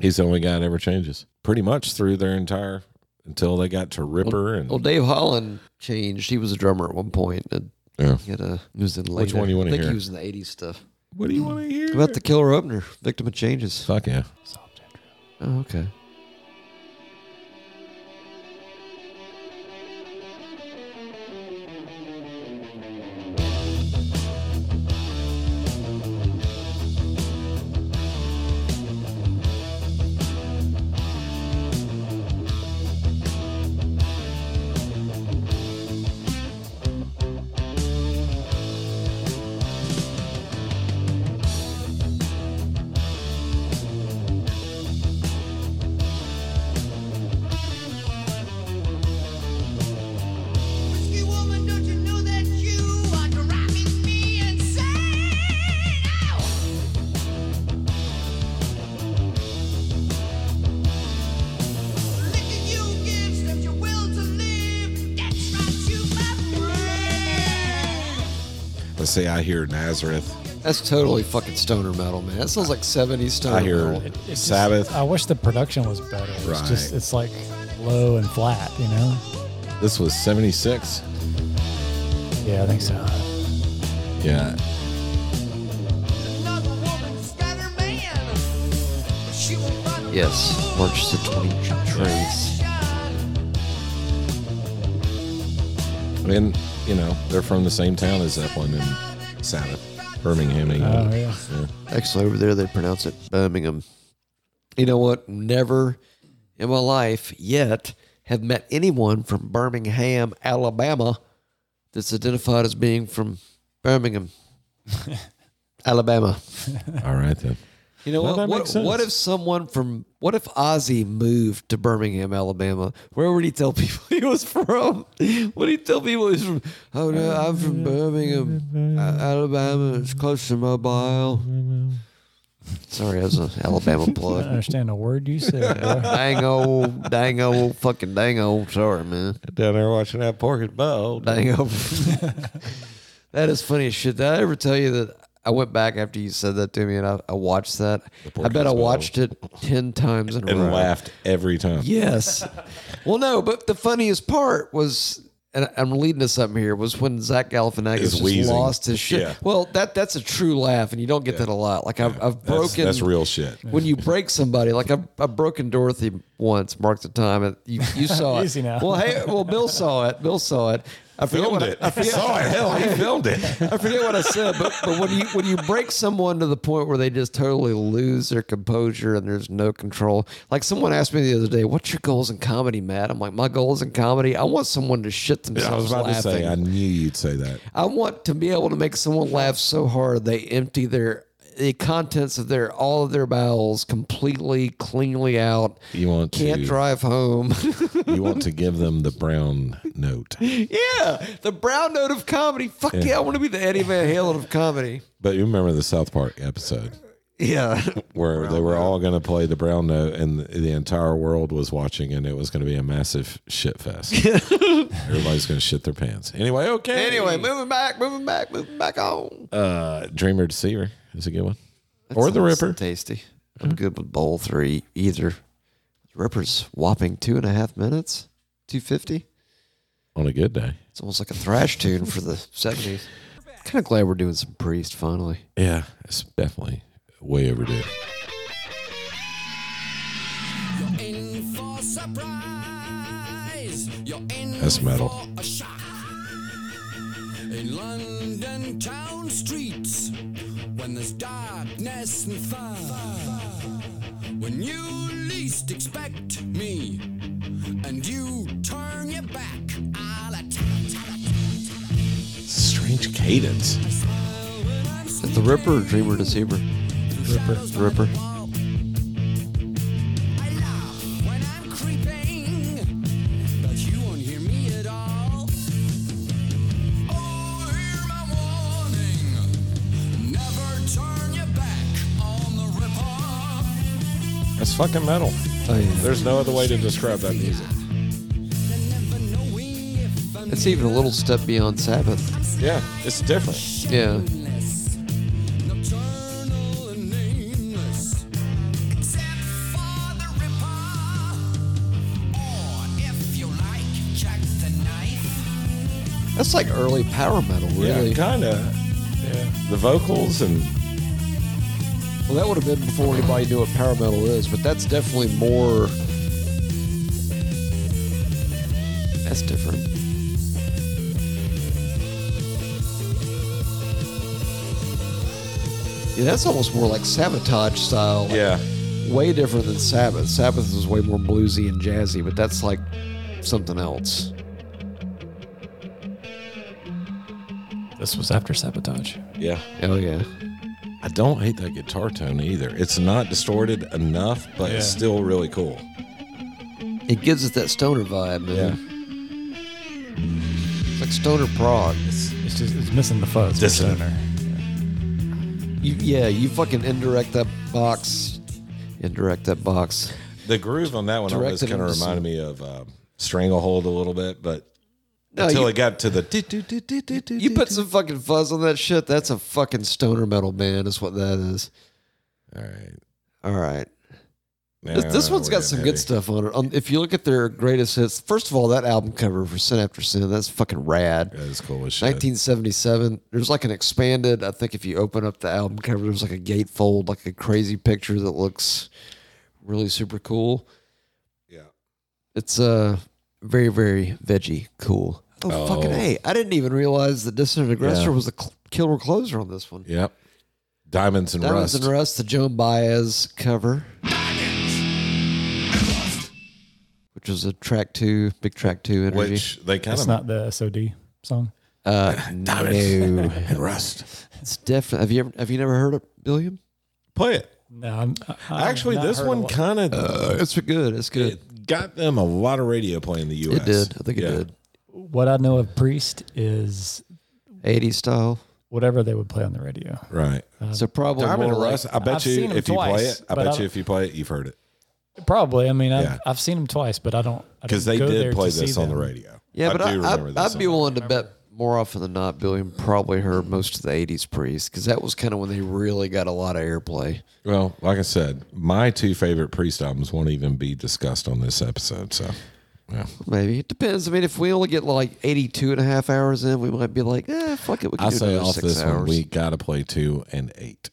He's the only guy that ever changes. Pretty much through their entire until they got to Ripper and Well, Dave Holland changed. He was a drummer at one point. And Yeah. he had a, he was in later. Which one you wanna I think hear? he was in the 80s stuff. What do you want to hear? How about the killer opener, Victim of Changes? Fuck yeah. Oh, okay. Whiskey woman, don't you know that you are driving me insane? Ow! Licking you gives them your will to live. Gets right to my brain. Let's say I hear Nazareth. That's totally fucking stoner metal, man. That sounds like 70s stoner I hear metal. Sabbath. I wish the production was better. It's Right. just it's like low and flat, you know? this was 76. Yeah, I think so. Yeah. Another woman's got her man. She won't run Yes, alone. March the 23rd. And, you know, they're from the same town as Zeppelin and Sabbath. Birmingham, England. Oh, yeah. Actually, over there they pronounce it Birmingham. You know what? Never in my life yet have met anyone from Birmingham, Alabama, that's identified as being from Birmingham, Alabama. All right, then. You know No, what? that What, makes sense. what if someone from what if Ozzy moved to Birmingham, Alabama? Where would he tell people he was from? What do he tell people he's from? Oh no, I'm from Birmingham, A- Alabama. It's close to Mobile. Sorry, that's an Alabama I don't plug. understand a word you said, bro. dang old, dang old, fucking dang old. Sorry, man. Down there watching that pork and bow. Dang old. that is funny as shit. Did I ever tell you that I went back after you said that to me and I, I watched that? I bet I Porky's watched it ten times in a And row. laughed every time. Yes. well, no, but the funniest part was, and I'm leading us up here, was when Zach Galifianakis Is just wheezing. lost his shit. Yeah. Well, that that's a true laugh, and you don't get that a lot. Like I've, I've broken. That's, that's real shit. When you break somebody, like I've, I've broken Dorothy once, mark the time, and you, you saw it. Easy now. Well, hey, well, Bill saw it. Bill saw it. I forget filmed what I- it. I forget- saw it. Hell, he filmed it. I forget what I said, but, but when you when you break someone to the point where they just totally lose their composure and there's no control, like someone asked me the other day, "What's your goals in comedy, Matt?" I'm like, "My goals in comedy, I want someone to shit themselves I was about laughing. to say. I knew you'd say that. I want to be able to make someone laugh so hard they empty their the contents of their all of their bowels completely cleanly out. You want can't to- drive home. You want to give them the brown note, yeah, the brown note of comedy. Fuck yeah, I want to be the Eddie Van Halen of comedy. but you remember the South Park episode Yeah, where they were all going to play the brown note, and the, the entire world was watching, and it was going to be a massive shit fest. Everybody's going to shit their pants. Anyway, okay. Anyway, moving back, moving back, moving back on. uh, Dreamer Deceiver is a good one, or the Ripper. Tasty. I'm good with bowl three either. Ripper's whopping two and a half minutes, 250. On a good day. It's almost like a thrash tune for the 70s. Kind of glad we're doing some Priest finally. Yeah, it's definitely way overdue. That's metal. In London town streets, when there's darkness and fire, when you least expect me, and you turn your back, I'll attack. Strange cadence. Is the Ripper or Dreamer Deceiver? Ripper. Ripper. I laugh when I'm creeping, but you won't hear me at all. Oh, hear my warning, never turn your back on the ripper. That's fucking metal. There's no other way to describe that music. It's even a little step beyond Sabbath. Yeah, it's different. Yeah. Nocturnal and nameless, except for the Ripper. Or, if you like, Jack the Knife. That's like early power metal, really. Yeah, kind of. Yeah. The vocals and Well, that would have been before anybody knew what power metal is, but that's definitely more. That's different. Yeah, that's almost more like sabotage style. like, yeah, Way different than Sabbath. Sabbath is way more bluesy and jazzy, but that's like something else. This was after sabotage. yeah. Oh, yeah. I don't hate that guitar tone either. It's not distorted enough, but it's Yeah. still really cool. It gives it that stoner vibe, man. It's like stoner prog. It's just it's missing the fuzz. for Dissonant. stoner. You, yeah, you fucking indirect that box. Indirect that box. The groove on that one always Directed kind of into some- reminded me of um, Stranglehold a little bit, but No, until you, it got to the do, do, do, do, do, do, you do, put do. some fucking fuzz on that shit. That's a fucking stoner metal band. Is what that is. All right. All right. Now This, this one's we're got getting some heavy. good stuff on it. Um, if you look at their greatest hits, first of all, that album cover for Sin After Sin, that's fucking rad. That is cool as shit. 1977. There's like an expanded. I think if you open up the album cover, there's like a gatefold, like a crazy picture that looks really super cool. yeah. It's uh very very veggie cool. Oh, fucking hey! I didn't even realize that Dissident Aggressor Yeah. was the cl- killer closer on this one. Yep. Diamonds and Diamonds Rust. and Rust, the Joan Baez cover, which was a track two, big track two energy. which they kind That's of not the SOD song. uh, no, and Rust. it's definitely. Have you ever have you never heard it, William? Play it. No, I'm, I- I've Actually, not this heard a one lot- kind of It's good. It's good. it got them a lot of radio play in the U.S. It, did. I think it Yeah. did. What I know of Priest is 80s style. whatever they would play on the radio. Right. so probably Diamond more and like- Rust. I bet I've you seen 'em if you play twice, it, I but I bet you don't- if you play it, you've heard it Probably. I mean, I've, Yeah. I've seen them twice, but I don't I because don't they go there did to play see this on the them. radio. Yeah, but I, do I, remember this I'd on be the- willing to bet more often than not, Billiam probably heard most of the '80s Priest because that was kind of when they really got a lot of airplay. Well, like I said, my two favorite Priest albums won't even be discussed on this episode. So, yeah. Maybe it depends. I mean, if we only get like 82 and a half hours in, we might be like, eh, fuck it. We can I do say another off six this hours. one, we got to play two and eight.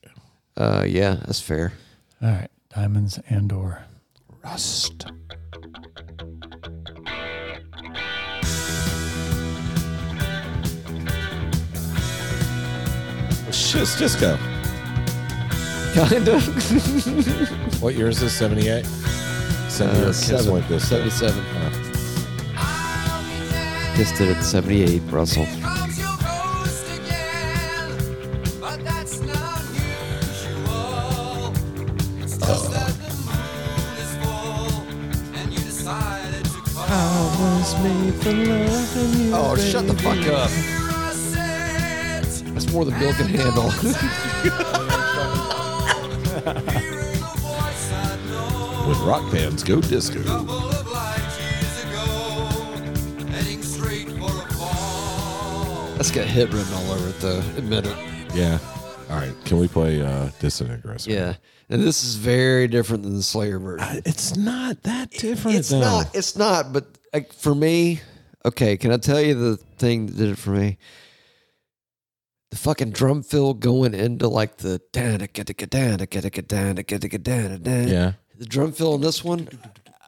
Uh, yeah, that's fair. All right. Diamonds and or. Rust. Shit's disco. Kind of. What year is this? 78? Uh, Seven years. Kiss went this way. 77. Kiss did it in 78, Russell. Comes your ghost again, but that's not usual. It's just that the moon is full, and you decided to call. Oh, shut the fuck up. That's more than Bill can handle. When rock bands go Oh. disco. That's got hit written all over it, though. Admit it. Yeah. All right. Can we play uh, Distant Aggressor? Yeah. And this is very different than the Slayer version. It's not that different, it's though. not it's not but like for me okay can i tell you the thing that did it for me the fucking drum fill going into like the down Yeah. yeah the drum fill in this one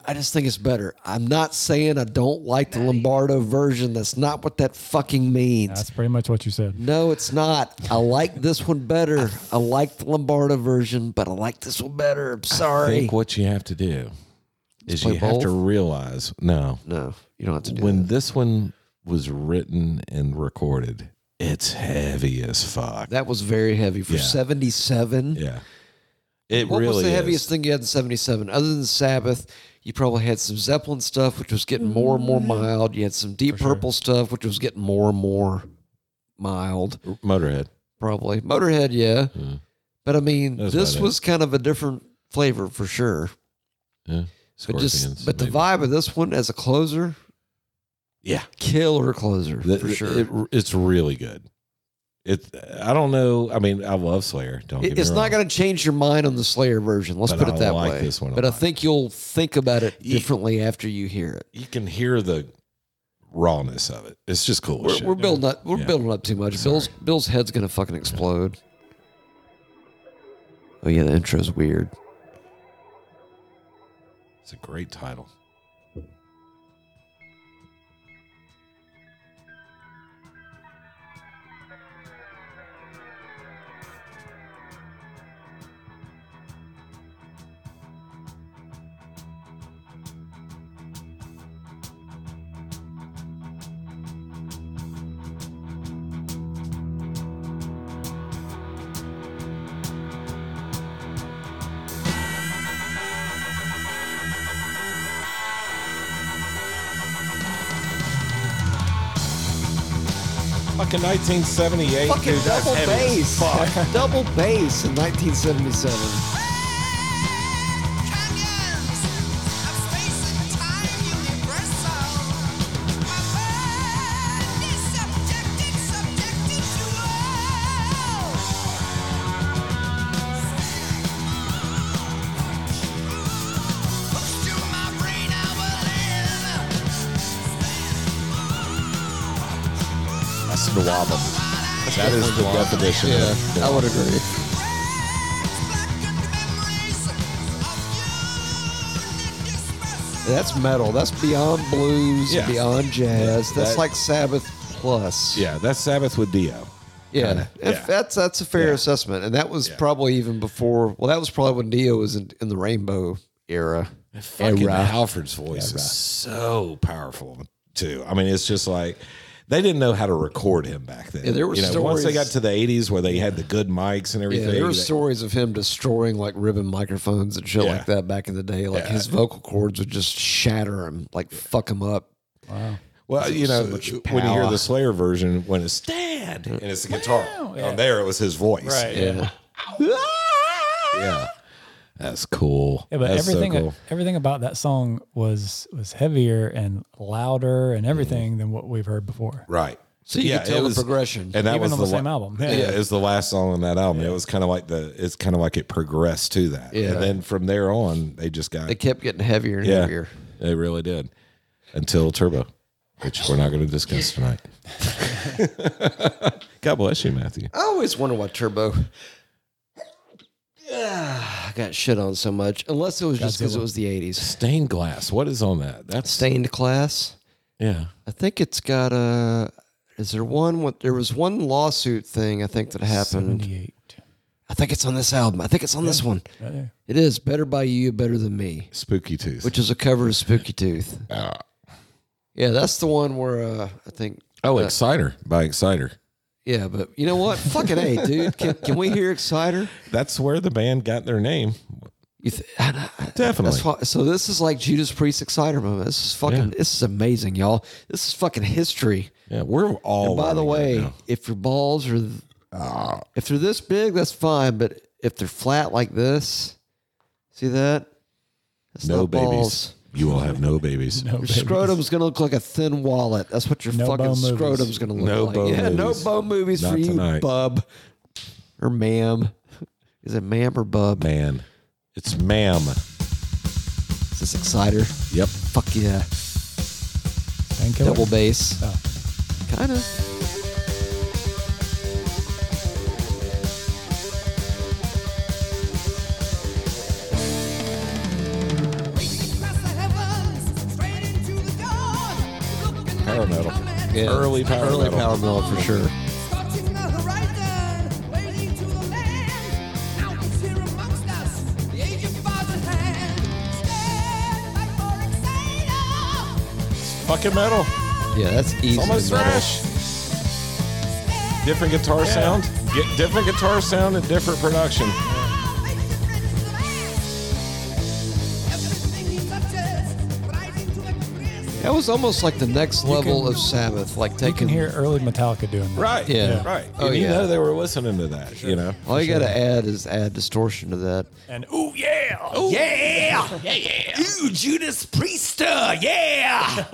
i just think it's better i'm not saying i don't like the lombardo version that's not what that fucking means That's pretty much what you said. no it's not i like this one better i like the lombardo version but i like this one better i'm I sorry think what you have to do is play you have to both? realize no, no you don't have to do when that. this one was written and recorded, it's heavy as fuck. That was very heavy for Yeah. 77. yeah. It What really was the is. heaviest thing you had in 77? Other than Sabbath, you probably had some Zeppelin stuff, which was getting more and more mild. You had some Deep Purple stuff, which was getting more and more mild, Motorhead. probably. Motorhead, yeah. But I mean, That's this about it. Mm. was kind of a different flavor for sure. Yeah. But Scorpions, just, but the maybe. vibe of this one as a closer, Yeah. killer closer The- for the- sure. it- it's really good. It. I don't know. I mean, I love Slayer. Don't. It- get me it's not wrong. going to change your mind on the Slayer version. Let's But put it I that like way. this one a but I lot. think you'll think about it Ye- differently after you hear it. You can hear the rawness of it. It's just cool. as We're, shit. we're building up. We're Yeah. building up too much. Bill's Bill's head's going to fucking explode. Oh yeah, the intro's weird. It's a great title. Fucking 1978. Fucking dude, that's double heavy bass. as fuck. double bass in 1977. That's the wobble. That is the definition. of I would agree. That's metal. That's beyond blues, Yeah. beyond jazz. Yeah, that's that- like Sabbath plus. Yeah, that's Sabbath with Dio. Yeah, Kinda. If Yeah. that's that's a fair Yeah. assessment, and that was Yeah. probably even before. Well, that was probably when Dio was in, in the Rainbow era. Fucking Halford's voice is so powerful too. I mean, it's just like they didn't know how to record him back then. Yeah, there were you know, once they stories- got to the '80s where they had the good mics and everything. Yeah, there were they- stories of him destroying like ribbon microphones and shit Yeah. like that back in the day. Like Yeah. his vocal cords would just shatter him, like fuck him up. Well, you know, much when you hear power. the Slayer version, when it's stand and it's the guitar, on there it was his voice. Yeah, Yeah, that's cool. Yeah, but that's everything so cool. everything about that song was was heavier and louder Mm-hmm. and everything than what we've heard before. Right. So you could tell it the progression. and that Even was on the, the same la- album. Yeah, Yeah. it was the last song on that album. It was kind of like the. It's kind of like it progressed to that. Yeah. and then from there on, they just got. they kept getting heavier and yeah, heavier. they really did. Until Turbo, which we're not going to discuss tonight. God bless you, Matthew. I always wonder why Turbo. Ah, I got shit on so much, unless it was just because it was the '80s. Stained glass. What is on that? That's Stained glass. yeah. I think it's got a. Is there one? What there was one lawsuit thing I think that happened. 78. I think it's on this album. I think it's on this one. Right there. It is "Better by You, Better Than Me," Spooky Tooth. which is a cover of Spooky Tooth. Uh. Yeah, that's the one where uh, I think. oh, uh, Exciter by Exciter. yeah, but you know what? Fucking a, dude. Can, can we hear Exciter? That's where the band got their name. You th- I- I- Definitely. That's why, so this is like Judas Priest Exciter moment. This is fucking. Yeah. This is amazing, y'all. This is fucking history. Yeah, we're all. By the learning right way, now. if your balls are, th- Ah. if they're this big, that's fine. But if they're flat like this, see that? That's no not babies. balls. You will have no babies. No, Your babies. scrotum's gonna look like a thin wallet. That's what your No fucking bone movies. scrotum's gonna look No like. bone yeah, no movies. bone movies Not for you, tonight. bub or ma'am. Is it ma'am or bub? Man, it's ma'am. Is this Exciter? Yep. Fuck yeah, Painkiller? double bass. Oh. Kind of. Power metal. Yeah. Early power Early metal. power metal for sure. Fucking metal. Yeah, that's easy. It's almost to metal. thrash. Different guitar sound. Get different guitar sound and different production. That was almost like the next level of Sabbath, like You taking can hear early Metallica doing that. Right. Yeah. Right. Oh, and you yeah. know they were listening to that. You know. All you gotta add is add distortion to that. And ooh, yeah. Yeah, yeah, yeah. Ooh, Judas Priester, yeah.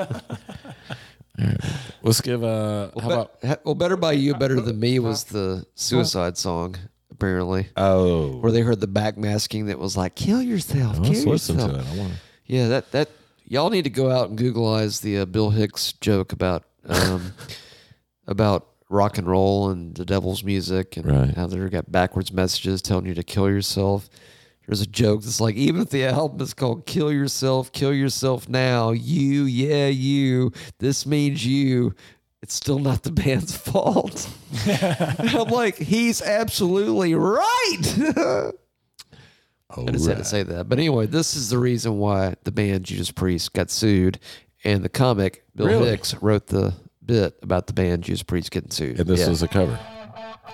Let's give a. How about? But, he- well, better by you, better than me was the suicide song apparently, Oh. where they heard the back masking that was like "kill yourself, kill Let's listen yourself." to it. I want. Yeah, that that y'all need to go out and Googleize the uh, Bill Hicks joke about um, about rock and roll and the devil's music and Right. how they got backwards messages telling you to kill yourself. There's a joke that's like even if the album is called "Kill Yourself, Kill Yourself Now," you, yeah, you, this means you. It's still not the band's fault. I'm like, he's absolutely right. I just had Oh, to say that. But anyway, this is the reason why the band Judas Priest got sued, and the comic Bill Really? Hicks wrote the bit about the band Judas Priest getting sued. And this yeah. was a cover.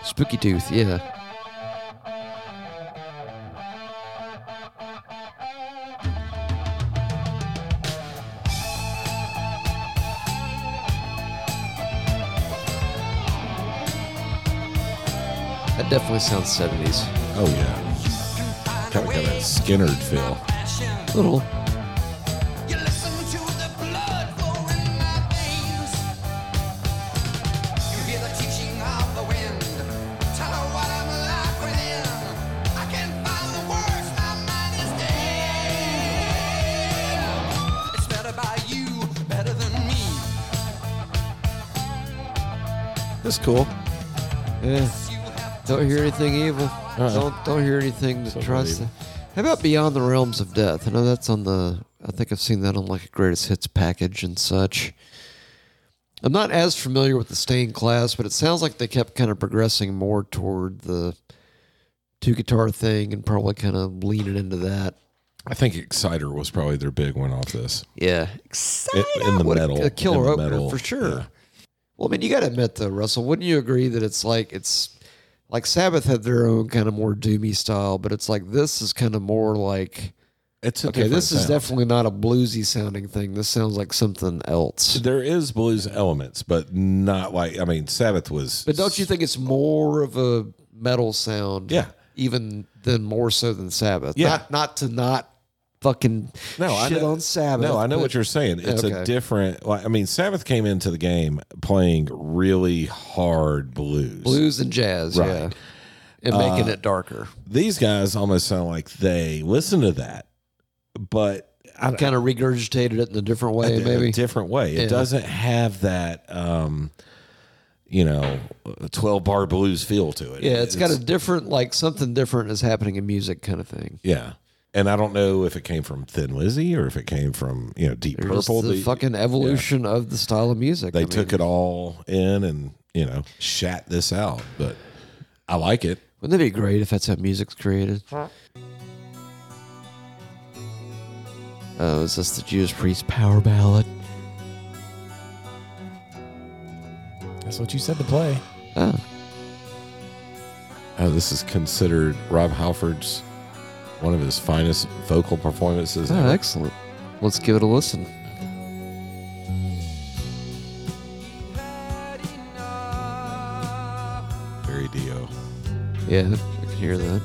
Spooky Tooth, yeah. That definitely sounds 70s. Oh yeah. Kind of got a Skinnered feel. Little. That's cool. Yeah. Don't hear anything evil. Don't don't hear anything that tries to. How about Beyond the Realms of Death? I know that's on the. I think I've seen that on like a greatest hits package and such. I'm not as familiar with the stained glass, but it sounds like they kept kind of progressing more toward the two guitar thing and probably kind of leaning into that. I think Exciter was probably their big one off this. Yeah, in the What a- metal. a, killer in the opener metal, for sure. yeah. Well, I mean, you got to admit though, Russell, wouldn't you agree that it's like it's like Sabbath had their own kind of more doomy style, but it's like this is kind of more like It's a okay, this different is sound. definitely not a bluesy sounding thing. This sounds like something else. There is blues elements, but not like I mean, Sabbath was. But don't you think it's more of a metal sound? Yeah. even than more so than Sabbath. Yeah. not not to not fucking No, I shit know- on Sabbath. No, I know but- what you're saying. It's Okay. a different. Like, I mean, Sabbath came into the game playing really hard blues. blues and jazz, Right. Uh, yeah, and making it darker. These guys almost sound like they listen to that, but I, kind of regurgitated it in a different way, in maybe. a different way. It Yeah. doesn't have that, um, you know, twelve bar blues feel to it. yeah, it's got a different, like something different is happening in music, kind of thing. yeah. And I don't know if it came from Thin Lizzy or if it came from you know Deep They're just Purple. the They- fucking evolution of the style of music. they took it all in and you know shat this out, but I like it. Wouldn't it be great if that's how music's created? Oh, is this the Judas Priest power ballad? That's what you said to play. Oh, Oh, this is considered Rob Halford's one of his finest vocal performances. oh ever. excellent. Let's give it a listen. Very Dio. Yeah, I can hear that.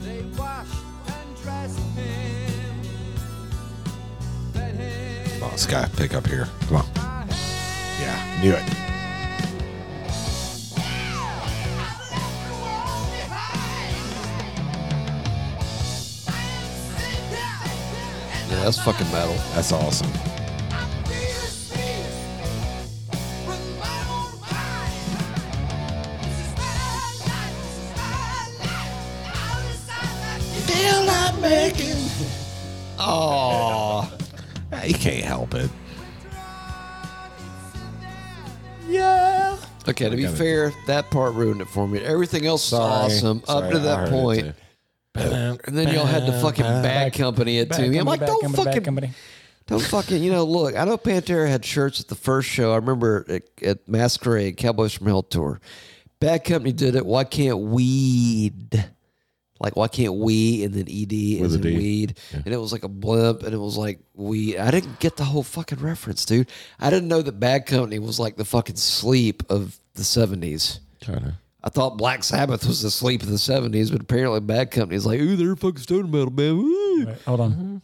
They washed and dressed him, fed him. Come on, Sky, pick up here. Come on. Yeah, knew it. Yeah, that's fucking metal. That's awesome. Feel like making You can't help it. Okay, to be gotta- fair, that part ruined it for me. Everything else is awesome up to that point, and then y'all had to fucking bad company it to me. I'm like, don't fucking Don't fucking, you know, look, I know Pantera had shirts at the first show. I remember at, at Masquerade, Cowboys from Hell tour. Bad Company did it. Why can't weed? Like, why can't we and then ED and With a then D. weed? And it was like a blimp and it was like weed. I didn't get the whole fucking reference, dude. I didn't know that Bad Company was like the fucking sleep of the 70s. Kind of. I thought Black Sabbath was the sleep of the 70s, but apparently Bad Company is like, ooh, they're fucking stone metal, man. Woo. hold Mm-hmm. on.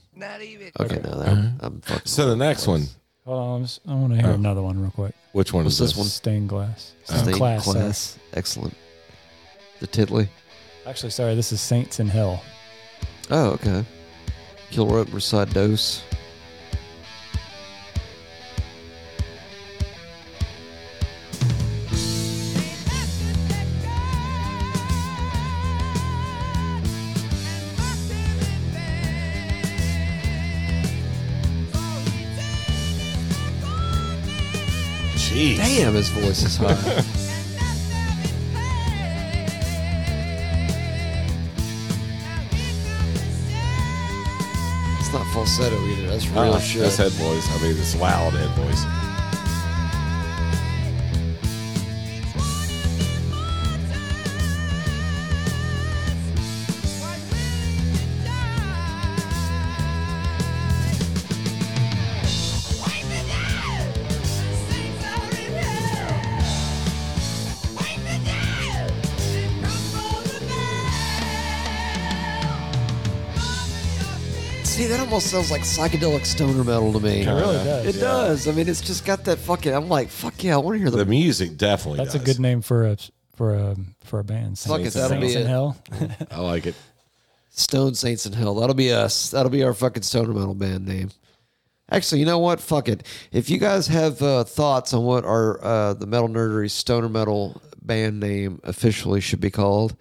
Okay, no, that, I'm fucking. So the next one, Hold on. I'm just- i want to hear another one real quick. which one is this this? one? Stained glass. Stained glass. Oh, sorry. Class. Excellent. The Tiddly. Actually, sorry. This is Saints in Hell. Oh, okay. Kill Rope Reside Dose. Jeez. Damn, his voice is high. it's not falsetto either. That's real Uh, shit. that's head voice. I mean, it's loud head voice. See, that almost sounds like psychedelic stoner metal to me. It really does. It does. I mean, it's just got that fucking. I'm like, fuck yeah, I want to hear the. The music definitely. That's does. a good name for a for a for a band. Fuck it, Saints, that'll be Saints it. in Hell. I like it. Stone Saints in Hell. That'll be us. That'll be our fucking stoner metal band name. Actually, you know what? Fuck it. If you guys have uh, thoughts on what our uh, the metal nerdery stoner metal band name officially should be called,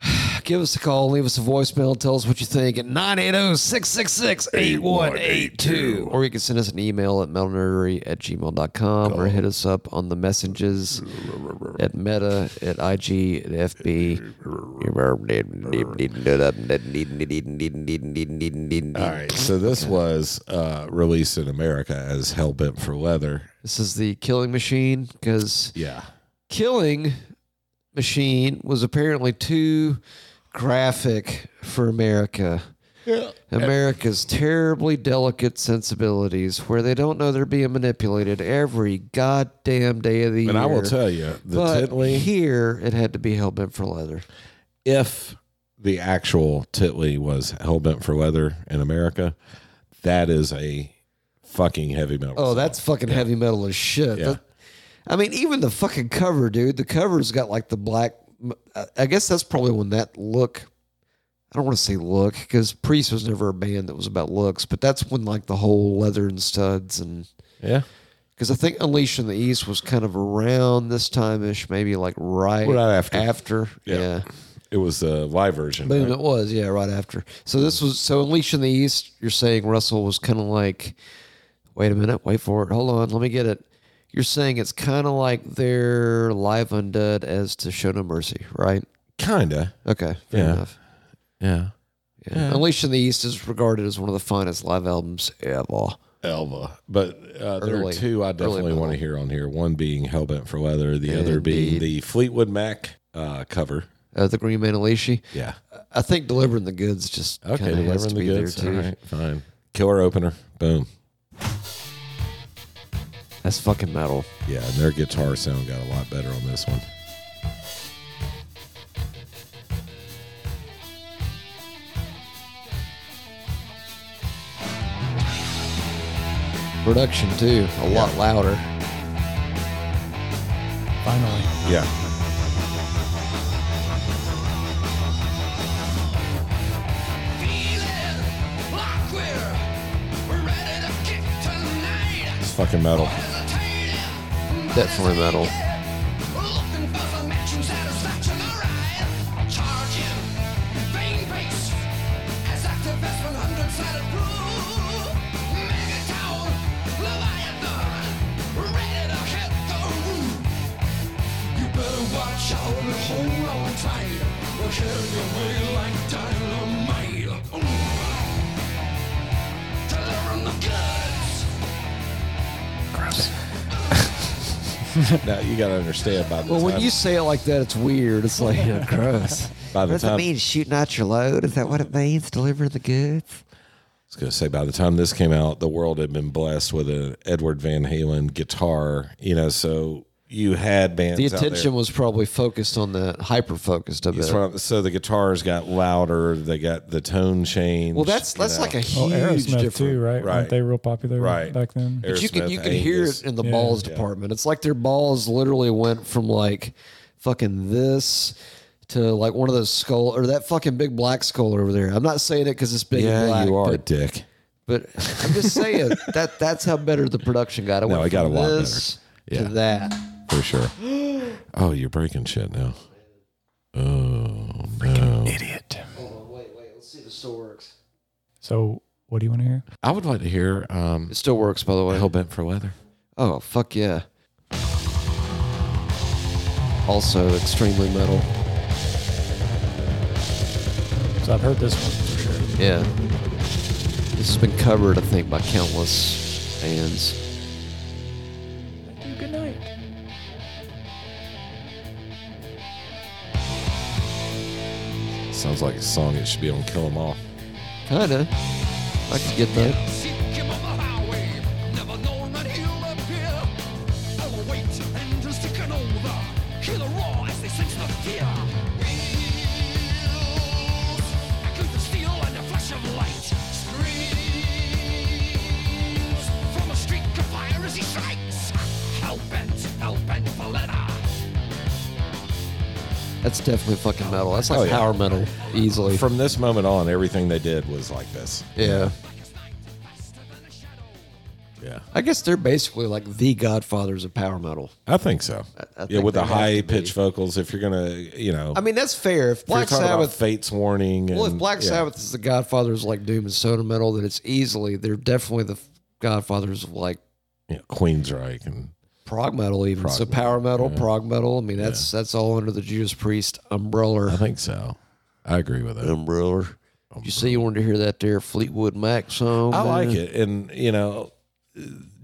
give us a call, leave us a voicemail, tell us what you think at oh, 980-666-8182. Or you can send us an email at metalnerdery at gmail.com or hit us up on the messages at meta, at IG, at FB. All right. So this was uh, released in America as Hellbent for Leather. This is the killing machine because Yeah. killing machine was apparently too graphic for America. Yeah. America's terribly delicate sensibilities where they don't know they're being manipulated every goddamn day of the year. And I will tell you, the but Titley, here it had to be hell bent for leather. if the actual Titley was Hellbent for Leather in America, That is a fucking heavy metal. Oh, song. that's fucking heavy metal as shit. Yeah. That- I mean, even the fucking cover, dude. The cover's got like the black. I- I guess that's probably when that look. I don't want to say look because Priest was never a band that was about looks, but that's when like the whole leather and studs and yeah. because I think Unleashed in the East was kind of around this time ish, maybe like right, Right after. After, Yeah. yeah. It was the live version. Boom, right? it was, yeah, right after. So this was so Unleash in the East, you're saying Russell was kinda like, wait a minute, wait for it, hold on, let me get it. You're saying it's kinda like their live undead as to show no mercy, right? Kinda. Okay, fair Yeah. enough. Yeah. Yeah. Unleash in the East is regarded as one of the finest live albums ever. Elva. But uh, there are Early- two I definitely metal. want to hear on here. One being Hellbent for Leather, the other being Indeed. the Fleetwood Mac uh, cover. Uh, the Green Man Unleash. Yeah. I think delivering the goods just Okay. okay, kinda has Delivering to the be goods. there All too. right. Fine. Killer opener. Boom. That's fucking metal. Yeah. And their guitar sound got a lot better on this one. Production too, a lot louder. Finally. Yeah. It's fucking metal. Definitely metal. Now you got to understand by the Well, time, when you say it like that, it's weird. It's like gross. by What the does it time I mean, shooting out your load? Is that what it means, delivering the goods? was going to say by the time this came out, the world had been blessed with an Edward Van Halen guitar. You know, so you had bands. The out there- attention was probably focused on that, hyper focused a That's bit. what I'm- so the guitars got louder. They got the tone change. Well, that's that's like a Oh, huge Aerosmith difference. too, right? Right. Weren't they real popular Right. back then? But you can you can hear it in the Yeah. balls Yeah. department. It's like their balls literally went from like fucking this to like one of those skull or that fucking big black skull over there. I'm not saying it because it's big yeah, and black. you are, But, Dick. but I'm just saying that that's how better the production got. It No, went it got from a lot better. this Yeah. To that. for sure. Oh, you're breaking shit now. Oh, Idiot. Wait, wait, let's see if this still works. So, what do you want to hear? I would like to hear um, It still works, by the way. Hellbent for Leather. Oh, fuck yeah. Also, extremely metal. So I've heard this one for sure. Yeah. This has been covered, I think, by countless bands. Good night. Sounds like a song that should be on Kill 'Em All. Kinda. I could get that. That's definitely fucking metal. That's like Oh, yeah. power metal, easily. From this moment on, everything they did was like this. yeah. Yeah, I guess they're basically like the godfathers of power metal. I think so. I yeah, think with the they have to high be. pitched vocals, if you're gonna, you know, I mean, that's fair. If if you're Black talking about Sabbath Fate's Warning. And, Well, if Black yeah. Sabbath is the godfathers of, like doom and soda metal, then it's easily they're definitely the godfathers of like yeah, Queensryche, and prog metal, even Prog so metal, power metal, prog metal. I mean, that's that's all under the Judas Priest I umbrella. think so. I agree with that. Umbrella. You say you wanted to hear that there Fleetwood Mac song. I like man? it, and you know,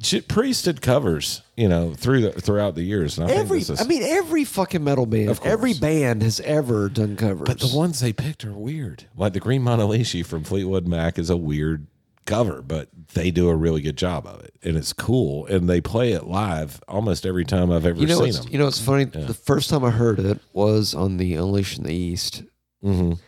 J- Priest did covers, you know, through the, throughout the years. And I Every, think this is, I mean, every fucking metal band, Of course. every band has ever done covers. But the ones they picked are weird. Like the Green Monolishi from Fleetwood Mac is a weird cover, but they do a really good job of it, and it's cool. And they play it live almost every time I've ever you know, seen it's, them. you know, it's funny. The first time I heard it was on the Unleashing the East, Mhm.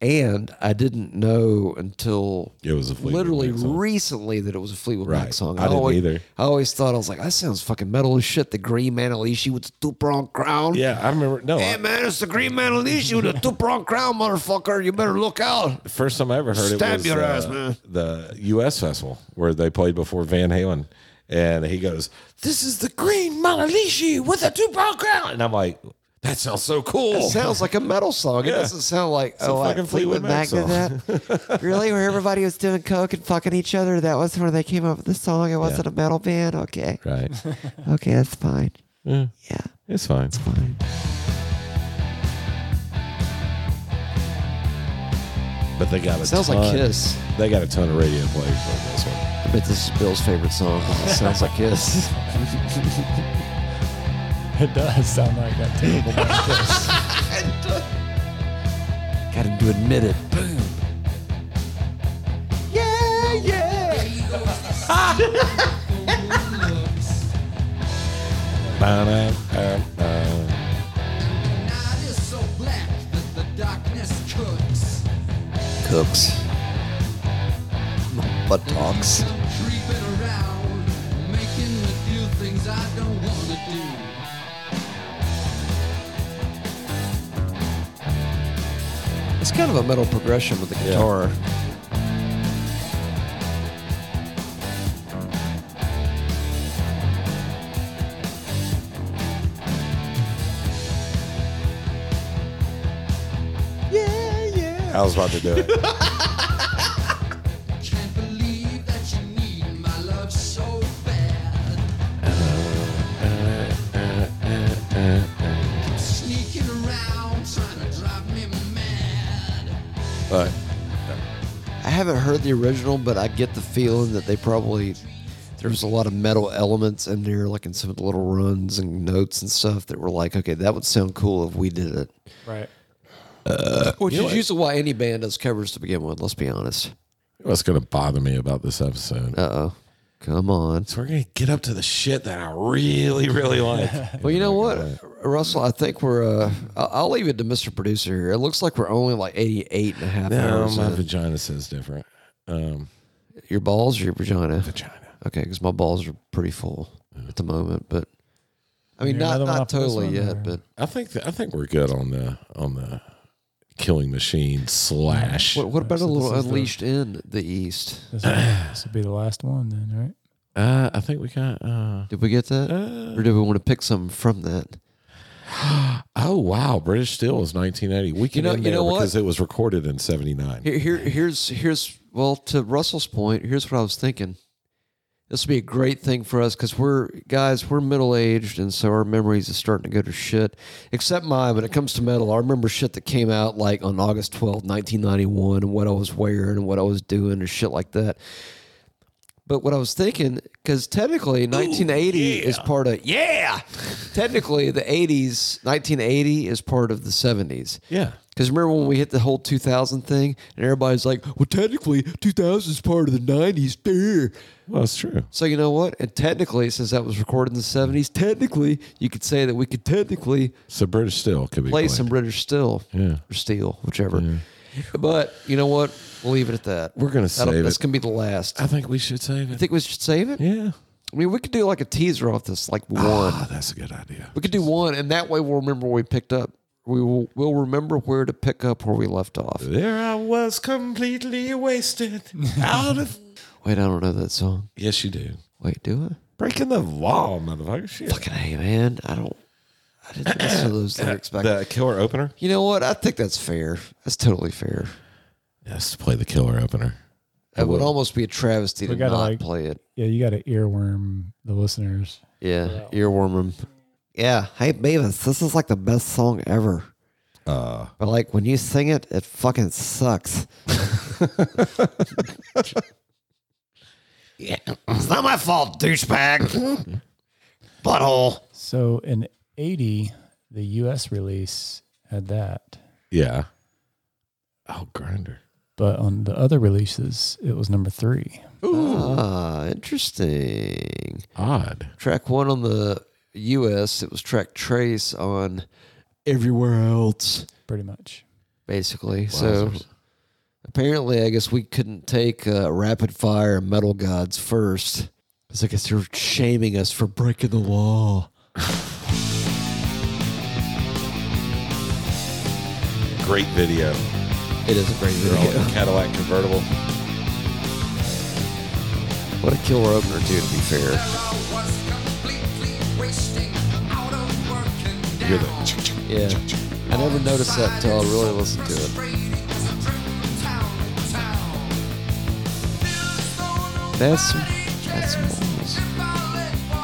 And I didn't know until It was a Fleetwood literally Mac song. recently that it was a Fleetwood Mac Right. song. I didn't always, either. I always thought I was like, that sounds fucking metal as shit. The Green Man Alicia with the two prong crown. Yeah, I remember. No, Hey man, it's the Green Man Alicia with the two prong crown, motherfucker. You better look out. I- first time I ever heard it Stab was your uh, ass, man. the U.S. festival where they played before Van Halen, and he goes, "This is the Green Mona Lisa with a two pound crown," and I'm like, "That sounds so cool." It sounds like a metal song. It Yeah. doesn't sound like a oh, like fucking Fleetwood Mac that. really, where everybody was doing coke and fucking each other. That was where they came up with the song. It wasn't a metal band. Okay, right, okay, that's fine. Yeah. yeah. it's fine. But they got a Sounds like ton- Kiss. They got a ton of radio play for this one. I bet this is Bill's favorite song. sounds like Kiss. It does sound like that terrible. band. Got him to admit it. Ba-da-ba-ba. Night is so black that the darkness cooks. Cooks. Butt talks. I'm creeping around, making me do things I don't want to do. It's kind of a metal progression with the guitar. I was about to do it. Can't believe that you need my love so bad. Sneaking around, trying to drive me mad. But I haven't heard the original, but I get the feeling that they probably there was a lot of metal elements in there, like in some of the little runs and notes and stuff that were like, okay, that would sound cool if we did it. Uh, right. Which is usually why any band does covers to begin with. Let's be honest. what's going to bother me about this episode? Uh oh, come on. So we're going to get up to the shit that I really, really like. Well, you know what, Uh, Russell? I think we're. Uh, I- I'll leave it to Mr. Producer here. It looks like we're only like 88 and a half no, hours. my in. vagina says different. Um, Your balls or your vagina? vagina. Okay, because my balls are pretty full at the moment, but I mean, need not another one not after this totally one, yet, or- but. I think th- I think we're good on the on the killing machine slash. What, what about so a this little is the- unleashed in the east? This would, this would be the last one then, right? Uh, I think we got. Uh, Did we get that, uh, or do we want to pick something from that? oh wow, British Steel was 1980. We can know- end you there know what? because it was recorded in 79. Here, here, here's here's well to Russell's point. Here's what I was thinking. This would be a great thing for us because we're guys, we're middle aged, and so our memories are starting to go to shit. Except mine, when it comes to metal, I remember shit that came out like on August twelfth, nineteen ninety one, and what I was wearing and what I was doing and shit like that. But what I was thinking, because technically, nineteen eighty is part of Yeah. technically the 80s 1980 is part of the 70s Yeah. because remember when we hit the whole 2000 thing and everybody's like well technically 2000 is part of the 90s Brr. Well, that's true. so you know what and technically since that was recorded in the 70s technically you could say that we could technically So British Steel could be play played. some british steel Yeah. or steel whichever but you know what we'll leave it at that We're gonna That'll- save that's it. gonna be the last I i think we should save it. think we should save it yeah. i mean we could do like a teaser off this like one Ah, that's a good idea. We could do one, and that way we'll remember where we picked up. We will we'll remember where to pick up where we left off. There I was completely wasted out of. Wait, I don't know that song. Yes, you do. Wait, do I? Breaking the law, motherfucker. Shit. Fucking hey, man, I don't. I didn't listen to those lyrics back. The killer opener? you know what? I think that's fair. That's totally fair. Yes, play the killer opener. It would almost be a travesty to gotta, not like- play it. Yeah, you got to earworm the listeners. Yeah, earworm 'em. Yeah. Hey, Beavis, this is like the best song ever. Uh, but like when you sing it, it fucking sucks. It's not my fault, douchebag. Butthole. So in 80, the US release had that. Yeah. Oh, grinder. But on the other releases, it was number three. Ah, interesting. Odd. track one on the US, it was track trace on everywhere else, pretty much. basically. So Wowzers. Apparently, I guess we couldn't take uh, rapid fire metal gods first. Because I guess they're shaming us for breaking the law. Great video. It is a great They're all in a video. Cadillac convertible. What a killer opener, too, to be fair. You hear the Yeah. I never noticed that until I really listened to it. That's that's some balls.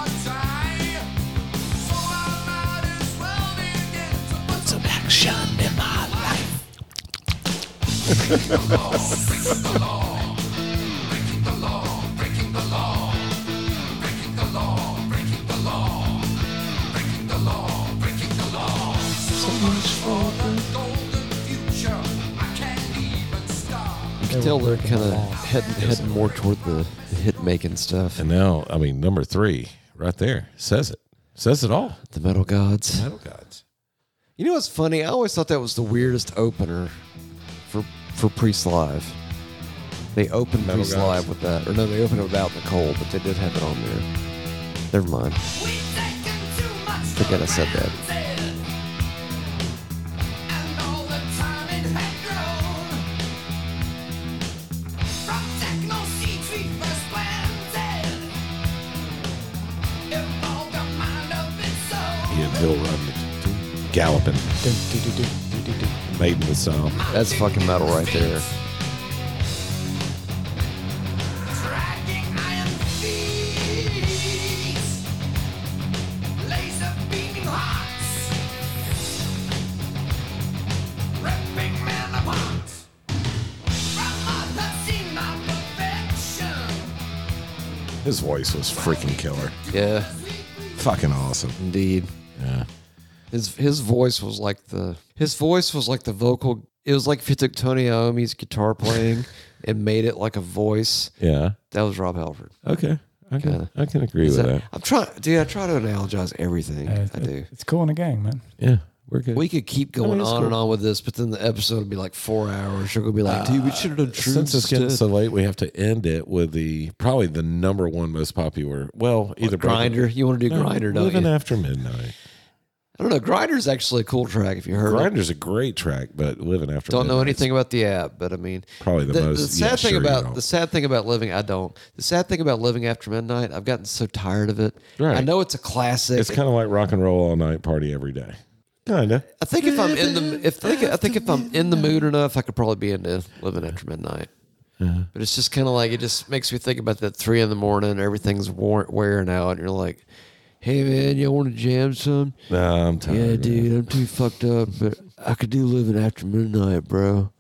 You can tell they're kind of heading, heading more toward the, the hit making stuff. And now, I mean, number three right there says it. Says it all. The metal gods. Metal gods. You know what's funny? I always thought that was the weirdest opener for for Priest Live. They opened Metal Priest Live Gods. with that, or no, they opened it without Nicole, but they did have it on there. Never mind. Forget I said that. Yeah, Bill Rodney. Galloping. Maiden the sound. That's fucking metal right there. His voice was freaking killer. Yeah, Fucking awesome. indeed. Yeah. His his voice was like the his voice was like the vocal. It was like if you took Tony Iommi's guitar playing and made it like a voice. Yeah. That was Rob Halford. Okay. I can, Kinda. I can agree Is with that- that. I'm trying, dude. I try to analogize everything Uh, I do. It's cool in a gang, man. Yeah. We're good. We could keep going it's on cool. and on with this, but then the episode would be like four hours. You're gonna be like, Ah, dude, we should have done true Uh, Since it's getting so late, we have to end it with the probably the number one most popular. Well, either Broken- grinder. You want to do No, grinder, don't Living you? after midnight. I don't know. Grinder's actually a cool track if you heard it. Grinder's a great track, but living after Don't know Midnight's anything about the app, but I mean, Probably the, most. sad yeah, thing sure you about don't. the sad thing about living, I don't. The sad thing about living after midnight, I've gotten so tired of it. Right. I know it's a classic. It's kind of like rock and roll all night, party every day. Kinda. I think if I'm in the if I think, I think if I'm in the mood enough, I could probably be into living after midnight. Uh-huh. But it's just kind of like it just makes me think about that three in the morning. Everything's war- wearing out, and you're like, "Hey man, y'all want to jam some?" Nah, I'm tired. Yeah, man. dude, I'm too fucked up, but I could do living after midnight, bro.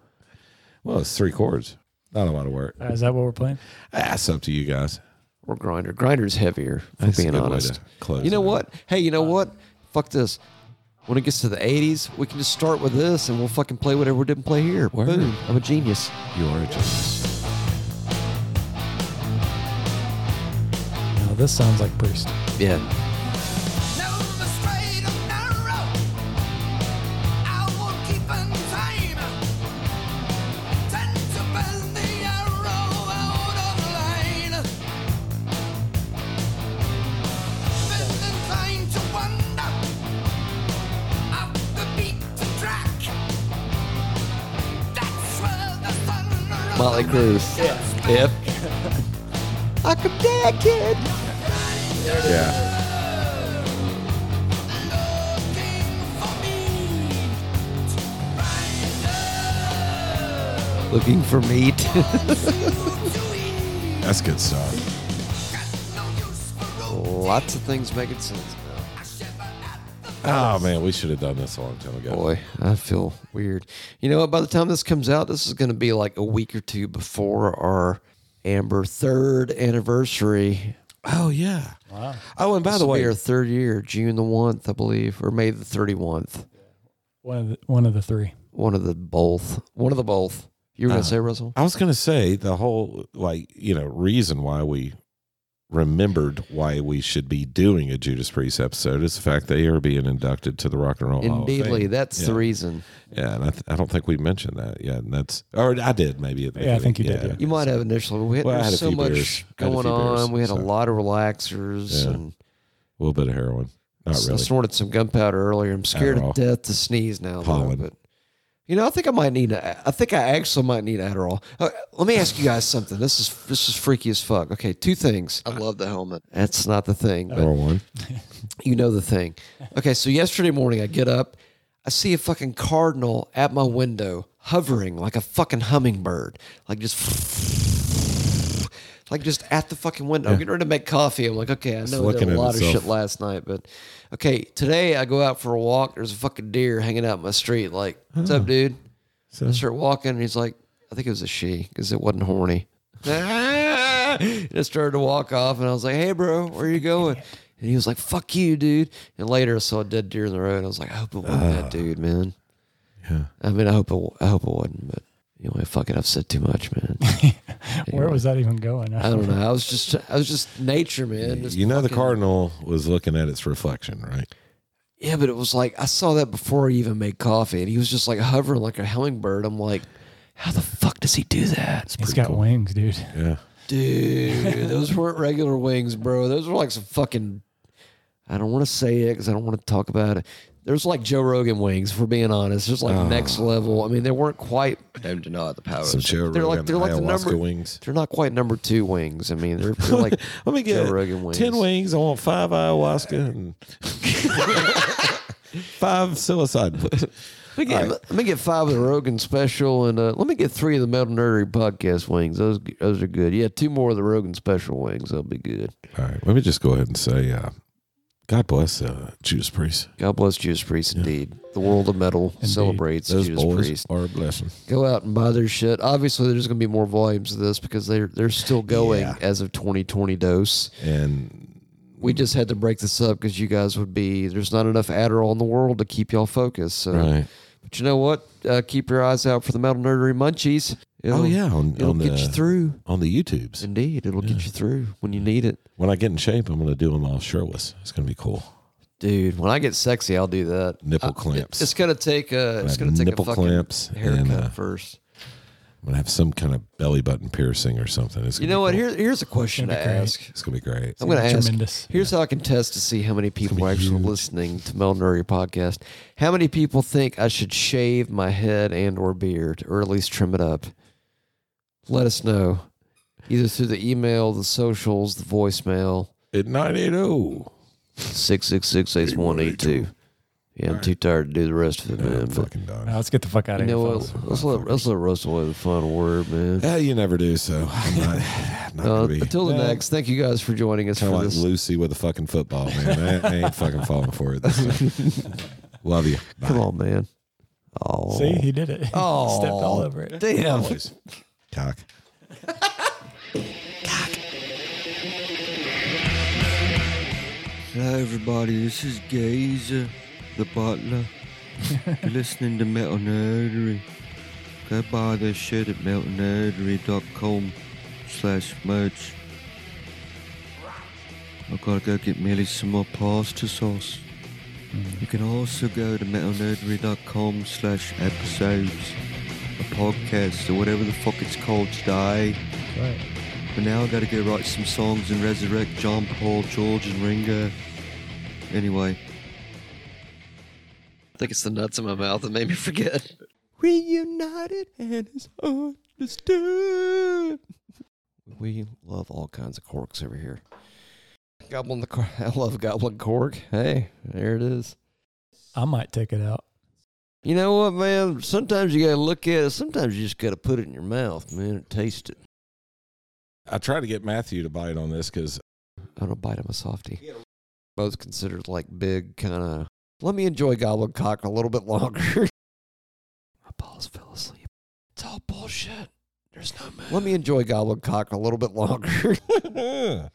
Well, it's three chords. Not a lot of work. Uh, is that what we're playing? That's up to you guys. Or grinder. Grinder's heavier. If I'm That's a being good way to honest. close You know it out. what? Hey, you know what? Fuck this. When it gets to the 80s, we can just start with this, and we'll fucking play whatever we didn't play here. Boom! I'm a genius. You are a genius. No, this sounds like Priest. Yeah. Motley Crue. Yep. I could take it. Yeah. Looking for meat. That's good stuff. Lots of things making sense now. Oh man, we should have done this a long time ago. Boy, I feel weird. You know what? By the time this comes out, this is going to be like a week or two before our Amber third anniversary. Oh yeah. Wow. Oh, and by This the will way, be our third year, June the 1st, I believe, or May the 31st. One of the one of the three. One of the both. One of the both. Uh-huh. You were going to say, Russell? I was gonna say the whole like you know reason why we remembered why we should be doing a Judas Priest episode is the fact they are being inducted to the Rock and Roll Hall of Indeedly, Fame. that's the Oh, Yeah. reason. Yeah, and I, th- I don't think we mentioned that yet. And that's, or I did maybe. At the Yeah, I think beginning. you did, You might have initially. We had, Well, I there had a was so few much beers. I had a going few on. beers, we had so. a lot of relaxers, Yeah. and A little bit of heroin. Not s- I really. snorted some gunpowder earlier. I'm scared Adderall. of death to sneeze now. Though, Pollen. but you know, I think I might need. A, I think I actually might need Adderall. Uh, let me ask you guys something. This is this is freaky as fuck. Okay, two things. I love the helmet. That's not the thing, but Or one. you know the thing. Okay, so yesterday morning I get up, I see a fucking cardinal at my window hovering like a fucking hummingbird, like just like just at the fucking window. I'm getting ready to make coffee. I'm like, okay, I know I did looking a at lot of itself. shit last night, but okay, today I go out for a walk. There's a fucking deer hanging out in my street. Like, what's Oh. up, dude? So I start walking, and he's like, I think it was a she because it wasn't horny. and I started to walk off, and I was like, "Hey, bro, where you going?" And he was like, "Fuck you, dude." And later, I saw a dead deer in the road. and I was like, "I hope it wasn't Ah. that dude, man." Yeah. I mean, I hope it, I hope it wasn't, but anyway, fuck it. I've said too much, man. Where was that even going? I don't know. I was just, I was just nature, man. Just You know, the fucking- cardinal was looking at its reflection, right? Yeah, but it was like I saw that before I even made coffee, and he was just like hovering like a hummingbird. I'm like, how the fuck does he do that, He's got wings, dude. Yeah. dude? Those weren't regular wings, bro. Those were like some fucking. I don't want to say it because I don't want to talk about it. There's like Joe Rogan wings, for being honest. There's Ah. like next level. I mean, they weren't quite. Don't deny the power. Some Joe Uh, they're like Rogan they're like the ayahuasca number. wings. They're not quite number two wings. I mean, they're, they're like Let me get Joe Rogan wings. ten wings. I want five ayahuasca and five psilocybin. Let me, get, let me get five of the Rogan special, and uh, let me get three of the Metal Nerdery podcast wings. Those those are good. Yeah, two more of the Rogan special wings. That'll be good. All right. Let me just go ahead and say, uh, God bless uh, Judas Priest. God bless Judas Priest. Indeed, the world of metal celebrates Those Judas boys Priest. are a blessing. Go out and buy their shit. Obviously, there's going to be more volumes of this because they're they're still going Yeah. as of 2020 dose. And Mm-hmm. We just had to break this up because you guys would be there's not enough Adderall in the world to keep y'all focused. So. right. But you know what? Uh, keep your eyes out for the Metal Nerdery Munchies. It'll- oh yeah, on, it'll on get the, you through. on the YouTubes. Indeed, it'll get you through when you need it. When I get in shape, I'm going to do them all shirtless. It's going to be cool. Dude, when I get sexy, I'll do that. Nipple Uh, clamps. It's gonna take a. It's have gonna take nipple a fucking clamps haircut and, uh, first. I'm going to have some kind of belly button piercing or something. It's You gonna know be what? cool. Here, here's a question to That'd be great. ask. It's going to be great. I'm gonna ask. Tremendous. Here's how I can test to see how many people are actually listening to Mel Nuri podcast. How many people think I should shave my head and or beard, or at least trim it up? Let us know, either through the email, the socials, the voicemail. At oh. 980. Six six six eight one eight two. Yeah, I'm too tired to do the rest of it, man. I'm but fucking done. Now, let's get the fuck out you of know here. what? fellas. Let's let, let's let Russell have the final word, man. Yeah, Uh, you never do. So I'm not, I'm not Uh, gonna be until the next, thank you guys for joining us kind for of like this. Lucy with a fucking football, man. I, I ain't fucking falling for it. This time. Love you. Bye. Come on, man. Oh, See, he did it. Oh. Stepped all over it. damn. Always. Cock. Hello, everybody. This is Gazer, the butler. You're listening to Metal Nerdery. Go buy their shit at metalnerdery.com slash merch. I've got to go get Millie some more pasta sauce. You can also go to metalnerdery.com slash episodes, a podcast, or whatever the fuck it's called today. Right. But now I gotta go write some songs and resurrect John Paul, George, and Ringo. Anyway. I think it's the nuts in my mouth that made me forget. Reunited and is understood. We love all kinds of corks over here. Goblin the cork. I love goblin cork. Hey, there it is. I might take it out. You know what, man? Sometimes you gotta look at it. Sometimes you just gotta put it in your mouth, man, and taste it. I tried to get Matthew to bite on this because I don't bite him a softie. Both considered like big, kind of. Let me enjoy Goblin Cock a little bit longer. My balls fell asleep. It's all bullshit. There's no moon. Let me enjoy Goblin Cock a little bit longer. I